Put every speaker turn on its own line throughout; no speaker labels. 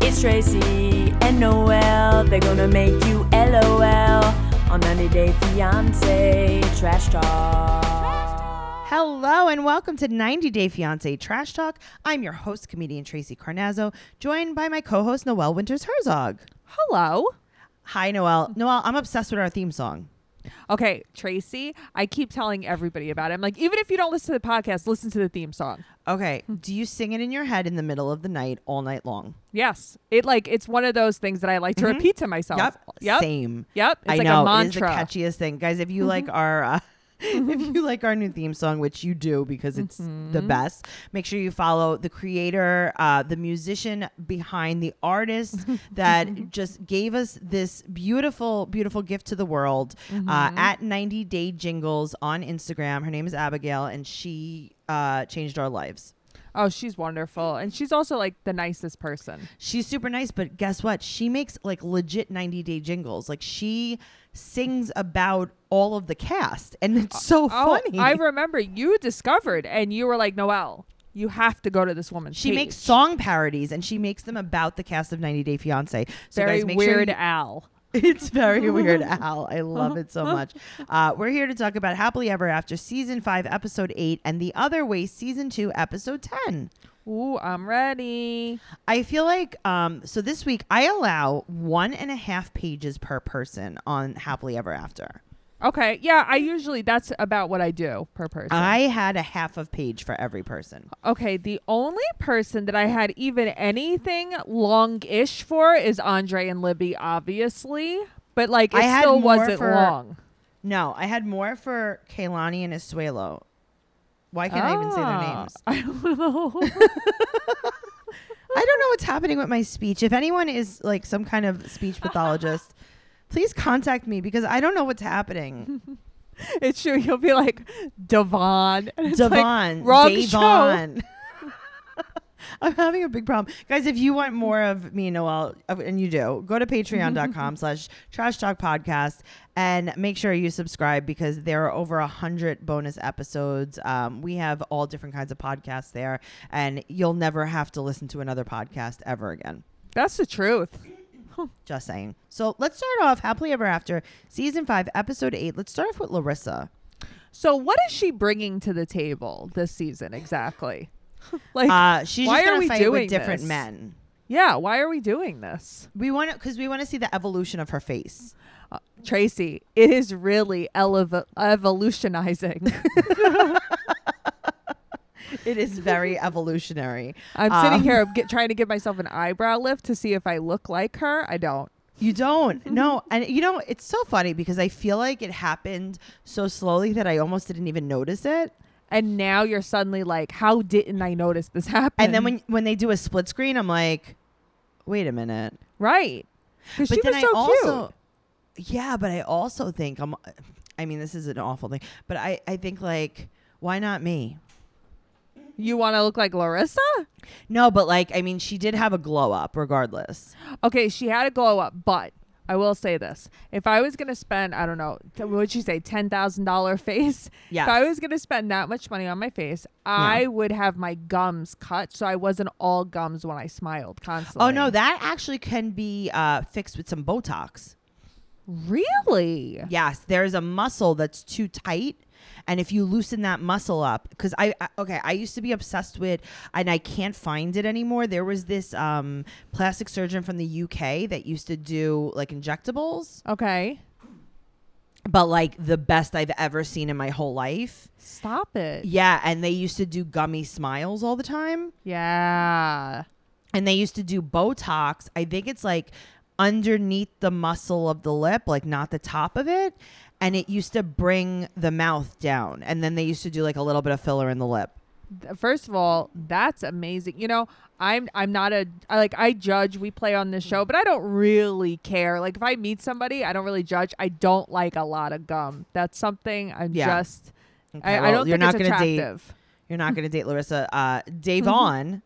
It's Tracy and Noel. They're gonna make you LOL on 90 Day Fiance Trash Talk.
Hello and welcome to 90 Day Fiance Trash Talk. I'm your host, comedian Tracy Carnazzo, joined by my co-host Noelle Winters Herzog.
Hello.
Hi, Noelle. Noelle, I'm obsessed with our theme song.
Okay, Tracy, I keep telling everybody about it. I'm like, even if you don't listen to the podcast, listen to the theme song.
Okay, do you sing it in your head in the middle of the night all night long?
Yes. It like it's one of those things that I like to repeat to myself. Yep.
Mm-hmm. Oh, Same.
Yep. It's
I
like
know.
a
It is the
mantra. Mm-hmm.
catchiest thing, guys. If you like our. Uh, if you like our new theme song, which you do because it's the
Mm-hmm.
best, make sure you follow the creator, uh, the musician behind the artist that just gave us this beautiful, beautiful gift to the world uh,
Mm-hmm.
at 90 Day Jingles on Instagram. Her name is Abigail, and she uh, changed our lives.
oh, she's wonderful. And she's also like the nicest person.
She's super nice, but guess what? She makes like legit 90 day jingles. Like she sings about all of the cast, and it's so
Oh,
funny.
I remember you discovered and you were like, Noelle, you have to go to this woman's
she
page."
makes song parodies and she makes them about the cast of 90 Day Fiance. So
very
guys, make sure
weird
you-
Al.
It's very weird, Al. I love it so much. Uh, we're here to talk about Happily Ever After season five, episode eight, and The Other Way, season two, episode 10.
Ooh, I'm ready.
I feel like um, so this week I allow one and a half pages per person on Happily Ever After.
Okay. Yeah, I usually that's about what I do per person.
I had a half of page for every person.
Okay, the only person that I had even anything long ish for is Andre and Libby, obviously. But like it
I had
still
more
wasn't
for-
long.
No, I had more for Kaylani and Isuelo. Why can't I even say their
Ah,
names?
I don't know.
I don't know what's happening with my speech. If anyone is like some kind of speech pathologist, please contact me because I don't know what's happening.
it's true. You'll be like Devon. And it's like,
Devon,
wrong show.
Davon. I'm having a big problem. Guys, if you want more of me and Noel, of- and you do, go to patreon.com slash trash talk podcast and make sure you subscribe because there are over a hundred bonus episodes. Um, we have all different kinds of podcasts there and you'll never have to listen to another podcast ever again.
That's the truth.
Just saying. So let's start off happily ever after season five, episode eight. Let's start off with Larissa.
So what is she bringing to the table this season exactly? like
Uh, she's
why
just
are
going to
we
fight with
doing
different
this?
men.
yeah, why are we doing this?
We want to because we want to see the evolution of her face.
Uh, Tracy, it is really elev- evolutionizing.
It is very evolutionary.
I'm
Um,
sitting here get, trying to give myself an eyebrow lift to see if I look like her. I don't.
You don't. No, and you know it's so funny because I feel like it happened so slowly that I almost didn't even notice it.
And now you're suddenly like, how didn't I notice this happen?
And then when when they do a split screen, I'm like, wait a minute.
right, because
But
she
then
was
I
so
also, yeah, but I also think I'm. I mean, this is an awful thing, but I I think like why not me?
cute. You want to look like Larissa?
No, but like I mean, she did have a glow up, regardless.
Okay, she had a glow up, but I will say this: if I was gonna spend, I don't know, t- what would she say, ten thousand dollar face?
Yes.
If I was gonna spend that much money on my face, I would have my gums cut so I wasn't all gums when I smiled constantly.
Oh no, that actually can be uh, fixed with some Botox.
really?
Yes, there's a muscle that's too tight. And if you loosen that muscle up, because I, I- okay, I used to be obsessed with, and I can't find it anymore. There was this um, plastic surgeon from the UK that used to do like injectables,
Okay,
but like the best I've ever seen in my whole life.
stop it.
Yeah, and they used to do gummy smiles all the time,
Yeah.
and they used to do Botox. I think it's like underneath the muscle of the lip, like not the top of it, and it used to bring the mouth down. And then they used to do like a little bit of filler in the lip.
Th- First of all, that's amazing. You know, I'm I'm not a I, like I judge. We play on this show, but I don't really care. Like if I meet somebody, I don't really judge. I don't like a lot of gum. That's something I'm
Yeah.
just. I, I
well,
don't
you're
think
not
it's
gonna date-
attractive.
You're not going to date Larissa. Uh, Davon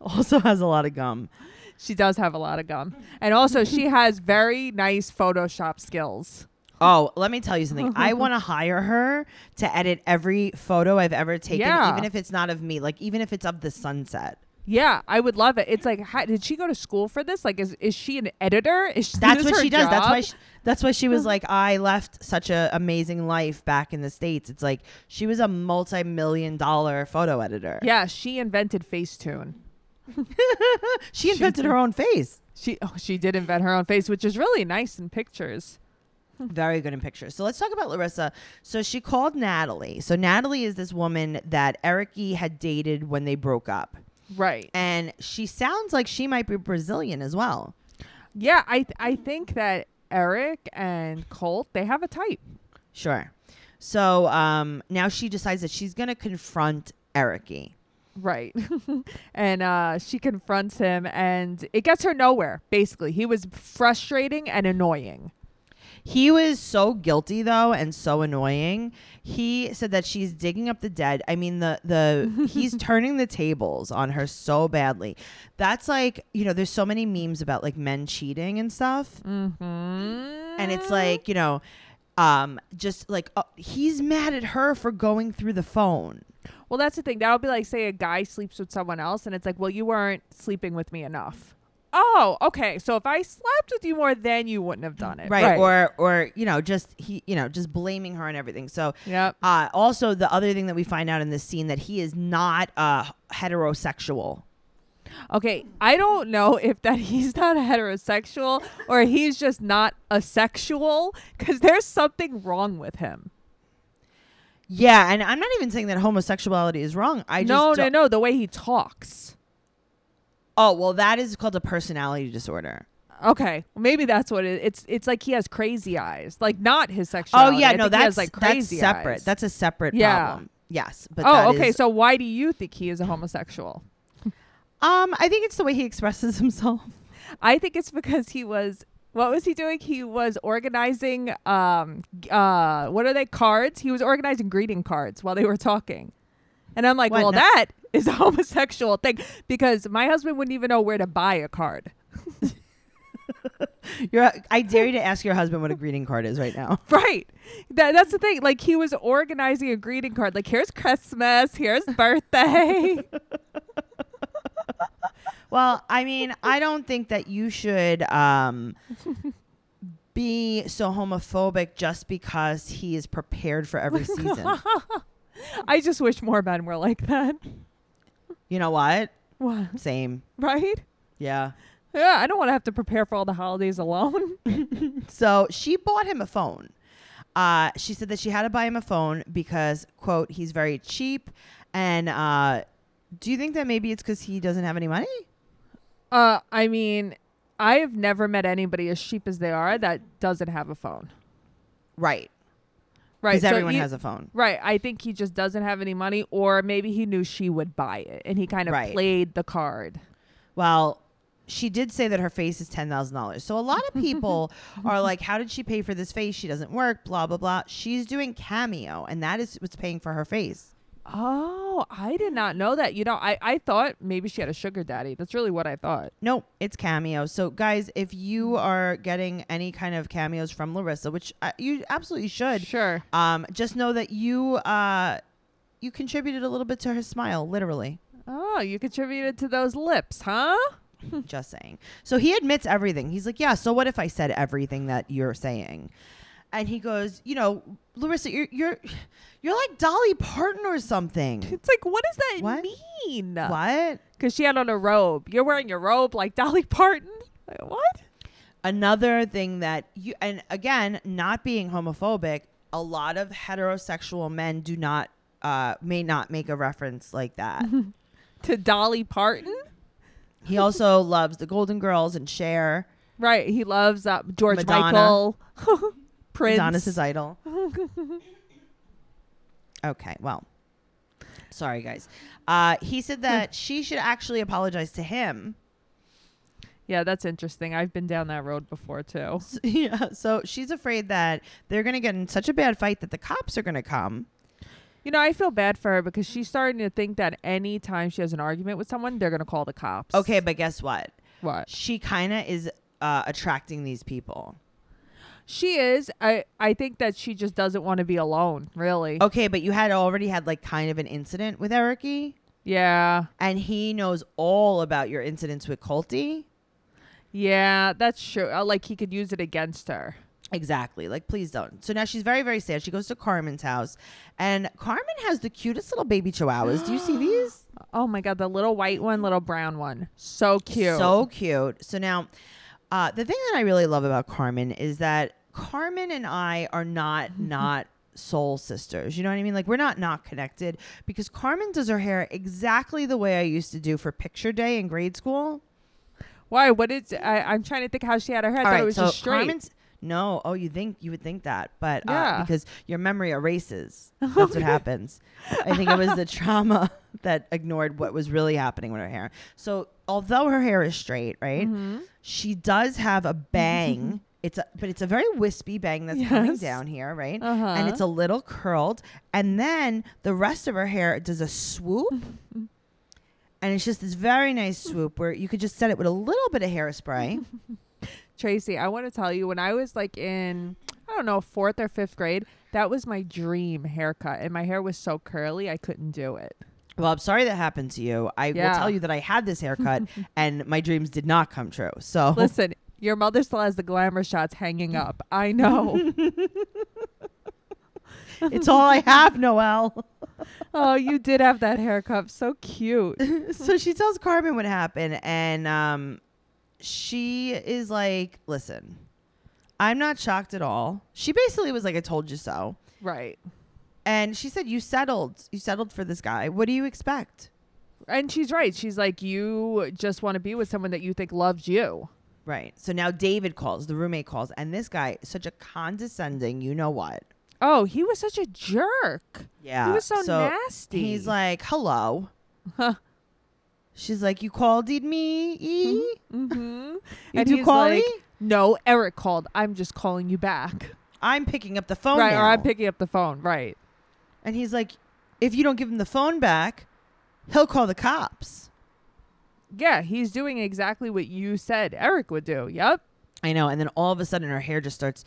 also has a lot of gum.
She does have a lot of gum, and also she has very nice Photoshop skills.
Oh, let me tell you something. I want to hire her to edit every photo I've ever taken,
Yeah.
even if it's not of me, like even if it's of the sunset.
Yeah, I would love it. It's like, how, did she go to school for this? Like, is is she an editor? Is she,
That's
this
what
her
she does. That's why
job?
she, that's why she was like, I left such an amazing life back in the States. It's like she was a multi million dollar photo editor.
yeah, she invented Facetune.
She invented her own face.
She oh, she did invent her own face, which is really nice in pictures. Hmm.
Very good in pictures. So let's talk about Larissa. So she called Natalie. So Natalie is this woman that Eric E had dated when they broke up.
Right.
And she sounds like she might be Brazilian as well.
Yeah, I th- I think that Eric and Colt, they have a type.
Sure. So um, now she decides that she's going to confront Eric E.
Right. and uh, she confronts him, and it gets her nowhere, basically. He was frustrating and annoying.
He was so guilty though and so annoying. He said that she's digging up the dead. I mean the the he's turning the tables on her so badly. That's like, you know, there's so many memes about like men cheating and stuff. And it's like, you know, um just like uh, he's mad at her for going through the phone.
Well, that's the thing. That would be like, say, a guy sleeps with someone else, and it's like, well, you weren't sleeping with me enough. Oh, okay. So if I slept with you more, then you wouldn't have done it.
Right? Or or you know, just he, you know, just blaming her and everything. So
yep.
uh, also, the other thing that we find out in this scene that he is not uh, heterosexual.
Okay, I don't know if that he's not heterosexual or he's just not a sexual because there's something wrong with him.
Yeah, and I'm not even saying that homosexuality is wrong. I just
no, no,
don't-
no. The way he talks.
Oh well, that is called a personality disorder.
Okay, maybe that's what it, it's. It's like he has crazy eyes, like not his
Oh
sexuality.
yeah,
I
no,
think he
that's
has, like crazy
that's separate.
eyes.
That's a separate
Yeah.
problem. Yes, but that
oh, okay.
is-
so why do you think he is a homosexual?
um, I think it's the way he expresses himself.
I think it's because he was. What was he doing? He was organizing. Um, g- uh, what are they? Cards. He was organizing greeting cards while they were talking, and I'm like,
What?
well,
No-
that is a homosexual thing because my husband wouldn't even know where to buy a card.
You're, I dare you to ask your husband what a greeting card is right now.
Right. That, that's the thing. Like he was organizing a greeting card. Like here's Christmas. Here's birthday.
Well, I mean, I don't think that you should um, be so homophobic just because he is prepared for every season.
I just wish more men were like that.
you know what?
What?
Same.
Right.
Yeah.
Yeah. I don't want to have to prepare for all the holidays alone.
So she bought him a phone. Uh, she said that she had to buy him a phone because, quote, he's very cheap. And uh, do you think that maybe it's because he doesn't have any money?
Uh, I mean, I have never met anybody as cheap as they are that doesn't have a phone.
Right.
Right.
Because
so
everyone
you-
has a phone.
Right. I think he just doesn't have any money, or maybe he knew she would buy it and he kind of
Right.
played the card.
Well, she did say that her face is ten thousand dollars. So a lot of people are like, "How did she pay for this face? She doesn't work." Blah blah blah. She's doing cameo, and that is what's paying for her face.
Oh, I did not know that. You know, I, I thought maybe she had a sugar daddy. That's really what I thought.
Nope, it's cameo. So guys, if you are getting any kind of cameos from Larissa, which uh, you absolutely should,
Sure.
um, just know that you uh, you contributed a little bit to her smile, literally.
Oh, you contributed to those lips, huh?
just saying. So he admits everything. He's like, yeah. So what if I said everything that you're saying? And he goes, you know, Larissa, you're you're you're like Dolly Parton or something.
It's like, what does that
What?
mean?
what?
Because she had on a robe. You're wearing your robe like Dolly Parton. Like, what?
Another thing that you and again, not being homophobic, a lot of heterosexual men do not uh may not make a reference like that.
To Dolly Parton?
he also loves the Golden Girls and Cher.
Right. He loves uh, George
Madonna.
Michael, Prince.
Adonis is idol. okay, well, sorry guys. Uh, he said that she should actually apologize to him.
yeah, that's interesting. I've been down that road before too.
yeah, so she's afraid that they're gonna get in such a bad fight that the cops are gonna come.
You know, I feel bad for her because she's starting to think that any time she has an argument with someone, they're going to call the cops.
Okay, but guess what?
What?
She kind of is uh, attracting these people.
She is. I, I think that she
Oh.
just doesn't want to be alone, really.
Okay, but you had already had like kind of an incident with Eric E.
Yeah.
and he knows all about your incidents with Colty.
Yeah, that's true. Uh, Like he could use it against her.
Exactly. Like, please don't. So now she's very, very sad. She goes to Carmen's house, and Carmen has the cutest little baby chihuahuas. Do you see these?
Oh my god, the little white one, little brown one. So cute.
So cute. So now, uh, the thing that I really love about Carmen is that Carmen and I are not not soul sisters. You know what I mean? Like we're not not connected because Carmen does her hair exactly the way I used to do for picture day in grade school.
Why? What is I I'm trying to think how she had her hair. I thought it was just straight.
Carmen's- no, oh, you think you would think that, but uh,
Yeah.
because your memory erases, that's what happens. I think it was the trauma that ignored what was really happening with her hair. So, although her hair is straight, right,
Mm-hmm.
she does have a bang. It's a, but it's a very wispy bang that's coming
Yes.
down here, right?
Uh-huh.
And it's a little curled, and then the rest of her hair does a swoop. And it's just this very nice swoop where you could just set it with a little bit of hairspray.
Tracy, I want to tell you when I was like in I don't know, 4th or 5th grade, that was my dream haircut and my hair was so curly I couldn't do it.
Well, I'm sorry that happened to you. I will
Yeah.
tell you that I had this haircut and my dreams did not come true. So
Listen, your mother still has the glamour shots hanging up. I know.
it's all I have, Noelle.
oh, you did have that haircut. So cute.
so she tells Carmen what happened and um, she is like, listen, I'm not shocked at all. She basically was like, I told you so.
Right.
And she said, You settled. You settled for this guy. What do you expect?
And she's right. She's like you just want to be with someone that you think loves you.
Right. So now David calls, the roommate calls, and this guy, such a condescending, you know what?
Oh, he was such a jerk.
Yeah.
He was so, nasty.
He's like, hello. She's like, you called me? E?
mm-hmm.
You
and
do
he's
call E,
like,
me?
No, Eric called. I'm just calling you back.
I'm picking up the phone
right,
now.
or I'm picking up the phone. Right.
and he's like, if you don't give him the phone back, he'll call the cops.
Yeah, he's doing exactly what you said Eric would do. Yep.
I know. And then all of a sudden, her hair just starts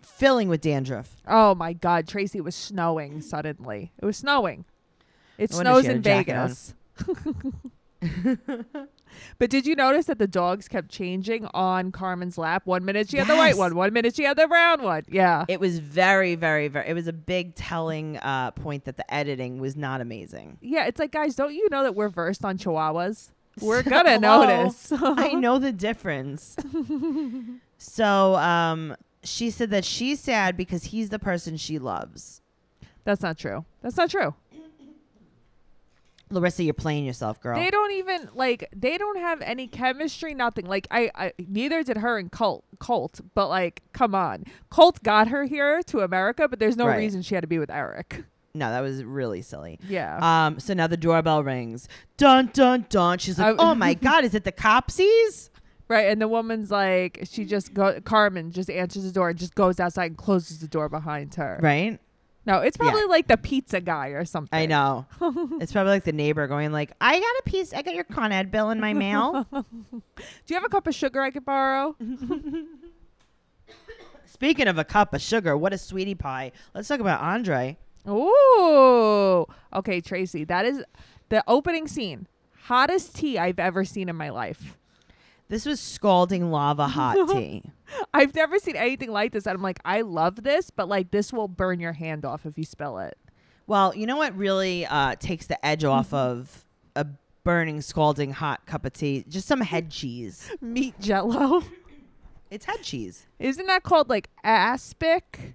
filling with dandruff.
Oh my God, Tracy it was snowing suddenly. It was snowing. It
No wonder
snows
she had
in
a jacket on.
Vegas. but did you notice that the dogs kept changing on Carmen's lap? One minute she had the
Yes.
white one, one minute she had the brown one. Yeah.
It was very, very, very, it was a big telling uh, point that the editing was not amazing.
yeah, it's like, guys, don't you know that we're versed on chihuahuas? We're
So-
gonna
Hello.
notice.
I know the difference. so um, she said that she's sad because he's the person she loves.
That's not true. That's not true.
Larissa, you're playing yourself, girl.
They don't even like they don't have any chemistry, nothing. Like I, I neither did her and Colt Colt, but like come on. Colt got her here to America, but there's no
Right.
reason she had to be with Eric.
no, that was really silly.
Yeah.
Um, so now the doorbell rings. Dun dun dun. She's like,
I-
"Oh my god, is it the copsies?"
right. And the woman's like she just go Carmen just answers the door and just goes outside and closes the door behind her.
Right?
No, it's probably like the pizza guy or something.
I know. it's probably like the neighbor going like, "I got a piece. I got your Con Ed bill in my mail."
Do you have a cup of sugar I could borrow?
Speaking of a cup of sugar, what a sweetie pie. Let's talk about Andre.
Ooh. Okay, Tracy, that is the opening scene. Hottest tea I've ever seen in my life.
This was scalding lava hot tea.
I've never seen anything like this. And I'm like, I love this, but like this will burn your hand off if you spill it.
Well, you know what really uh, takes the edge off
Mm-hmm.
of a burning, scalding hot cup of tea? Just some head cheese.
Meat jello.
It's head cheese.
Isn't that called like aspic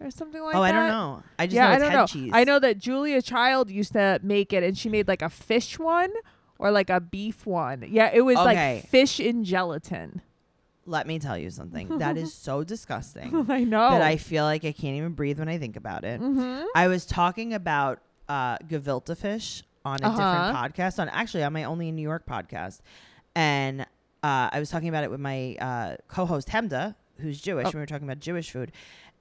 or something like
oh,
that?
I don't know. I just
yeah,
know
I
it's
don't
head
know.
cheese.
I know that Julia Child used to make it and she made like a fish one or like a beef one. Yeah, it was
Okay.
like fish in gelatin.
Let me tell you something. That is so disgusting
I know. Mm-hmm.
that I feel like I can't even breathe when I think about it. I was talking about uh, Gavilta fish on a
Uh-huh.
different podcast, on actually on my Only in New York podcast. And uh, I was talking about it with my uh, co host, Hemda, who's
Oh.
Jewish. And we were talking about Jewish food.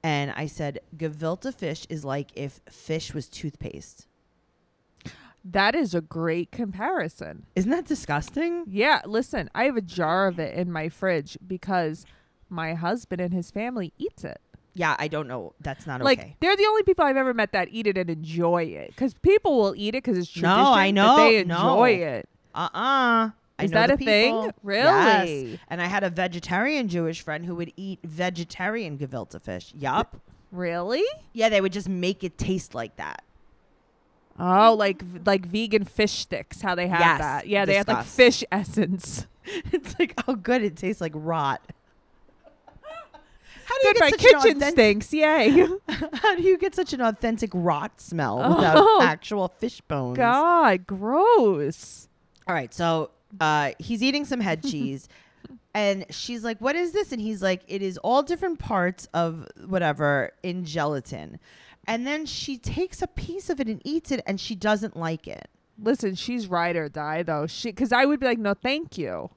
And I said, Gavilta fish is like if fish was toothpaste.
that is a great comparison.
Isn't that disgusting?
Yeah, listen, I have a jar of it in my fridge because my husband and his family eats it.
Yeah, I don't know. That's not
Like
okay.
they're the only people I've ever met that eat it and enjoy it because people will eat it because it's
No,
tradition.
I
but
know.
they
No.
enjoy it.
Uh uh
Is that a thing? Really?
And I had a vegetarian Jewish friend who would eat vegetarian gefilte fish. Yup.
Really?
Yeah, they would just make it taste like that.
Oh, like like vegan fish sticks, how they have
Yes,
that. Yeah, they have like
disgust.
fish essence.
It's like, oh, good. It tastes like rot. How do you get
Good, my
such an
kitchen
authentic-
stinks. Yay.
How do you get such an authentic rot smell without
Oh.
actual fish bones?
God, gross.
All right, so uh, he's eating some head cheese, and she's like, "What is this?" And he's like, "It is all different parts of whatever in gelatin." And then she takes a piece of it and eats it, and she doesn't like it.
Listen, she's ride or die though. She because I would be like, no, thank you.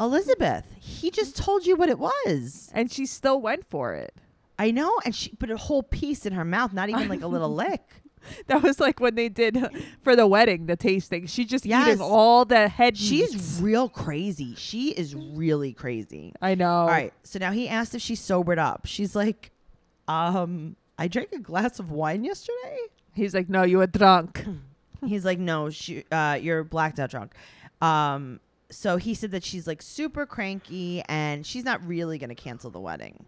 Elizabeth, he just told you what it was.
And she still went for it.
I know, and she put a whole piece in her mouth, not even like a little lick.
That was like when they did for the wedding, the tasting. She just
Yes.
eating all the head.
She's
meats.
real crazy. She is really crazy.
I know.
All right. So now he asked if she sobered up. She's like, um, I drank a glass of wine yesterday.
He's like, no, you were drunk.
He's like, no, she, uh, you're blacked out drunk. Um, so he said that she's like super cranky and she's not really going to cancel the wedding.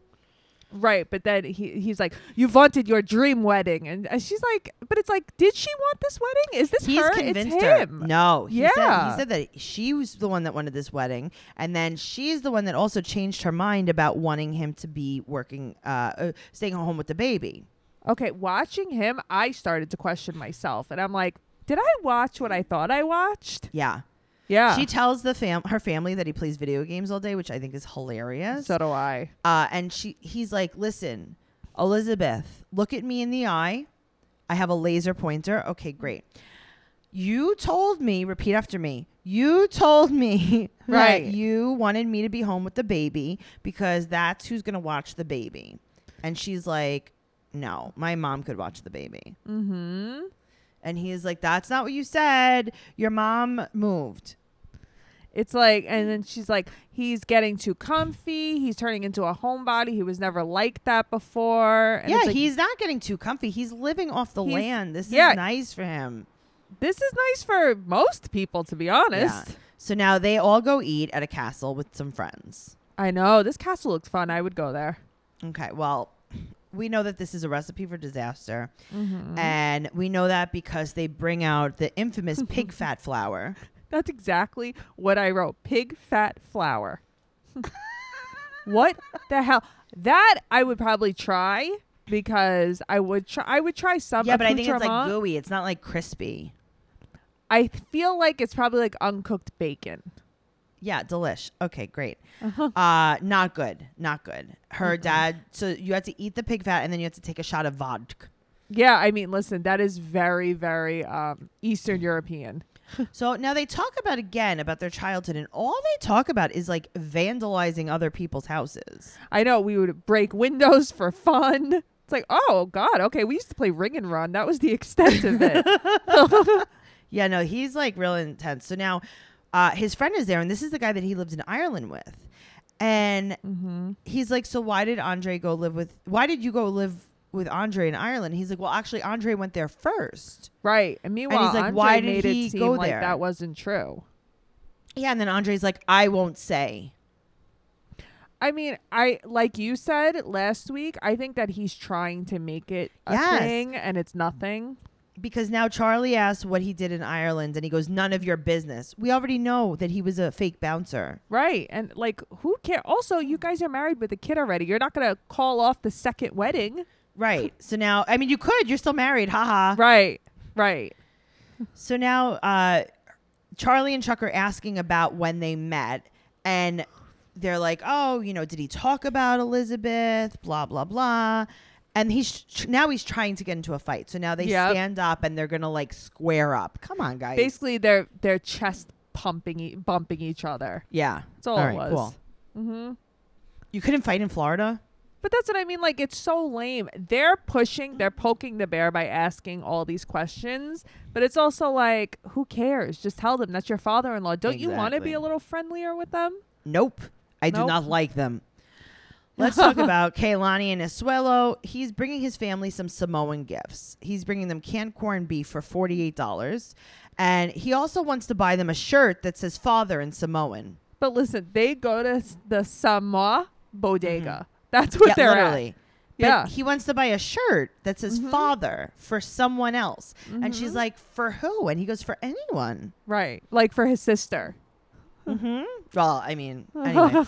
Right, but then he, he's like, "You wanted your dream wedding," and, and she's like, "But it's like, did she want this wedding? Is this
He's
her?
convinced
it's
her.
him."
No, he said
Yeah.
he said that she was the one that wanted this wedding, and then she's the one that also changed her mind about wanting him to be working, uh, uh staying home with the baby.
Okay, watching him, I started to question myself, and I'm like, "Did I watch what I thought I watched?"
Yeah,
Yeah,
She tells the fam her family that he plays video games all day, which I think is hilarious.
so do I.
Uh, and she he's like, "Listen, Elizabeth, look at me in the eye. I have a laser pointer. Okay, great. You told me, repeat after me. You told me
Right.
that you wanted me to be home with the baby because that's who's going to watch the baby." And she's like, "No, my mom could watch the baby."
Mm-hmm.
And he's like, "That's not what you said. Your mom moved."
It's like, and then she's like, "He's getting too comfy. He's turning into a homebody. He was never like that before." And
yeah,
it's like,
he's not getting too comfy. He's living off the
He's-
land. This
yeah.
is nice for him.
This is nice for most people, to be honest.
Yeah. So now they all go eat at a castle with some friends.
I know this castle looks fun. I would go there.
Okay, well, we know that this is a recipe for disaster.
Mm-hmm.
Mm-hmm. And we know that because they bring out the infamous pig fat flour.
That's exactly what I wrote. Pig fat flour. what the hell? That I would probably try because I would try. I would try some.
yeah, but I think it's like
accoutrement.
gooey. It's not like crispy.
I feel like it's probably like uncooked bacon.
Yeah, delish. Okay, great.
Uh-huh.
Uh, not good. Not good. Her dad. So you had to eat the pig fat, and then you had to take a shot of vodka.
Yeah, I mean, listen, that is very, very um, Eastern European.
So now they talk about again about their childhood, and all they talk about is like vandalizing other people's houses.
I know we would break windows for fun. It's like, oh God, okay, we used to play ring and run. That was the extent of it.
Yeah, no, he's like real intense. So now uh, his friend is there, and this is the guy that he lived in Ireland with. And he's like, So why did Andre go live with, why did you go live with Andre in Ireland? He's like, Well, actually, Andre went there first.
right. And meanwhile,
like,
Andre
why did
made
he
it seem
go
like
there?
that wasn't true.
Yeah, and then Andre's like, I won't say.
I mean, I like you said last week. I think that he's trying to make it a
Yes.
thing, and it's nothing.
Because now Charlie asks what he did in Ireland, and he goes, None of your business. We already know that he was a fake bouncer.
Right. And like, who care? Also, you guys are married with a kid already. You're not going to call off the second wedding.
Right. So now, I mean, you could. You're still married. Haha.
Right. Right.
So now, uh, Charlie and Chuck are asking about when they met, and they're like, "Oh, you know, did he talk about Elizabeth? Blah blah blah." And he's tr- now he's trying to get into a fight. So now they
Yep.
stand up and they're gonna like square up. Come on, guys.
Basically, they're they're chest pumping, e- bumping each other.
yeah.
That's all, it was. Mm-hmm.
You couldn't fight in Florida.
But that's what I mean. Like, it's so lame. They're pushing, they're poking the bear by asking all these questions. But it's also like, who cares? Just tell them that's your father in law. Don't you want to be
Exactly.
a little friendlier with them?
Nope. I do
Nope.
not like them. Let's talk about Kaylani and Asuelo. He's bringing his family some Samoan gifts. He's bringing them canned corned beef for $48. And he also wants to buy them a shirt that says father in Samoan.
But listen, they go to s- the Samoa bodega. That's what they're
Mm-hmm. literally.
at. Yeah. Mm-hmm.
But he wants to buy a shirt that says father for someone else. And she's like, for who? And he goes, for anyone.
right. Like for his sister.
Well, I mean, anyway.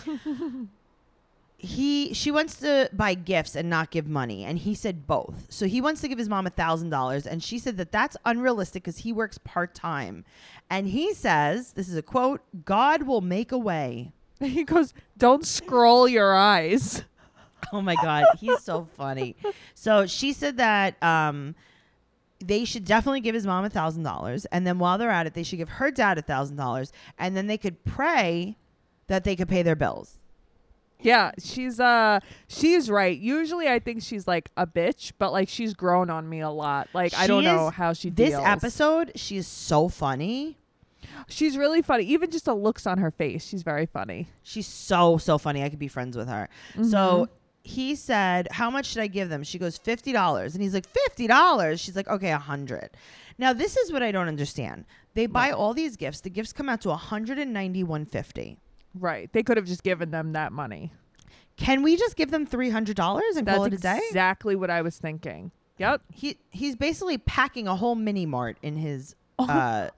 he she wants to buy gifts and not give money, and he said both. So he wants to give his mom a thousand dollars, and she said that that's unrealistic because he works part time, and he says this is a quote: "God will make a way."
He goes, Don't scroll your eyes.
Oh my god, he's so funny. So she said that um they should definitely give his mom a thousand dollars, and then while they're at it, they should give her dad a thousand dollars, and then they could pray that they could pay their bills.
Yeah, she's uh she's right. Usually I think she's like a bitch, but like she's grown on me a lot. Like I
She
don't know
is-
how she
This
deals.
episode, she is so funny.
She's really funny. Even just the looks on her face, she's very funny.
She's so so funny. I could be friends with her.
Mm-hmm.
So he said, "How much should I give them?" She goes, fifty dollars," and he's like, 50 dollars." She's like, "Okay, a hundred. Now this is what I don't understand. They buy all these gifts. The gifts come out to one hundred and ninety one fifty.
Right. They could have just given them that money.
Can we just give them three hundred dollars and
That's
call it a day?
exactly what I was thinking. Yep.
he he's basically packing a whole mini mart in his.
Oh,
Uh,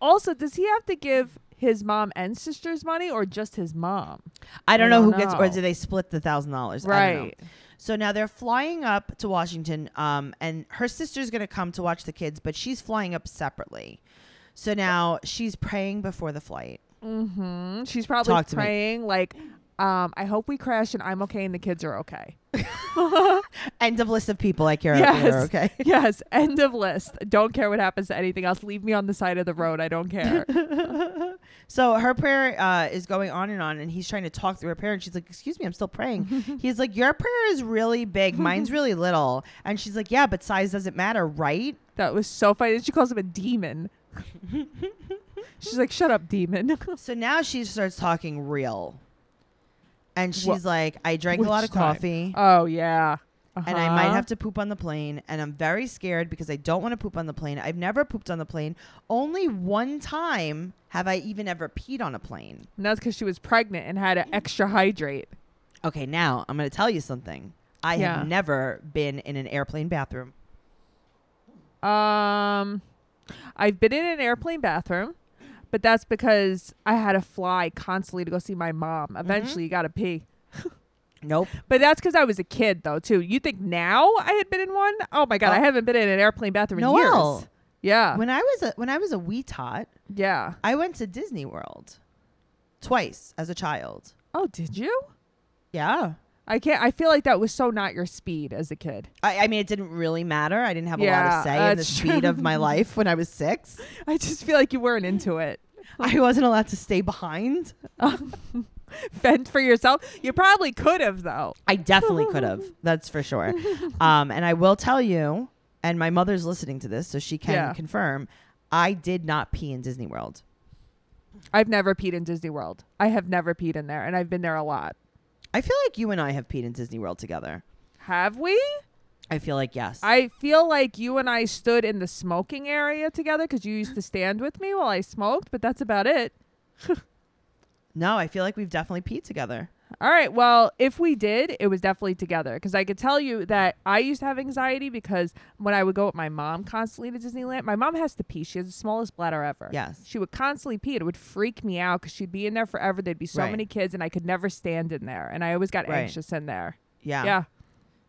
Also, does he have to give his mom and sisters money or just his mom?
I don't know
don't
who gets, or
know.
do they split the thousand dollars?
oh, Right.
So now they're flying up to Washington, um, and her sister's gonna come to watch the kids, but she's flying up separately. So now she's praying before the flight.
Mm-hmm. She's probably
Talk to me.
praying like, um, I hope we crash and I'm okay and the kids are okay.
End of list of people I care about.
Yes.
Later, okay.
Yes. End of list. Don't care what happens to anything else. Leave me on the side of the road. I don't care.
So her prayer uh, is going on and on, and he's trying to talk through her prayer, and she's like, "Excuse me, I'm still praying." he's like, "Your prayer is really big, mine's really little," and she's like, "Yeah, but size doesn't matter, right?"
that was so funny. And she calls him a demon. She's like, shut up, demon.
So now she starts talking real, and she's
What-
like, "I drank a lot
Which
of
time?
coffee."
Oh, yeah.
and I might
Uh-huh.
have to poop on the plane. And I'm very scared because I don't want to poop on the plane. I've never pooped on the plane. Only one time have I even ever peed on a plane.
And that's because she was pregnant and had to extra hydrate.
Okay, now I'm going to tell you something. I
Yeah.
have never been in an airplane bathroom.
Um, I've been in an airplane bathroom, but that's because I had to fly constantly to go see my mom.
Mm-hmm.
Eventually, you got to pee.
Nope.
But that's because I was a kid, though, too. You think now I had been in one? Oh my god, I
Oh.
haven't been in an airplane bathroom in
Noelle.
years. Yeah,
When I was a when I was a wee tot,
yeah.
I went to Disney World twice as a child.
Oh, did you?
Yeah.
I can't. I feel like that was so not your speed as a kid.
I, I mean, it didn't really matter. I didn't have a lot
Yeah,
of say in the
that's
speed
true.
of my life when I was six.
I just feel like you weren't into it.
I wasn't allowed to stay behind.
Fend for yourself. You probably could have though.
I definitely could have. That's for sure. Um, and I will tell you, and my mother's listening to this, so she can
Yeah.
confirm. I did not pee in Disney World.
I've never peed in Disney World. I have never peed in there, and I've been there a lot.
I feel like you and I have peed in Disney World together.
Have we?
I feel like yes.
I feel like you and I stood in the smoking area together because you used to stand with me while I smoked, but that's about it.
no, I feel like we've definitely peed together.
All right. Well, if we did, it was definitely together because I could tell you that I used to have anxiety because when I would go with my mom constantly to Disneyland, my mom has to pee. She has the smallest bladder ever.
Yes.
She would constantly pee. and It would freak me out because she'd be in there forever. There'd be so
Right.
many kids, and I could never stand in there. And I always got
Right.
anxious in there.
Yeah.
yeah.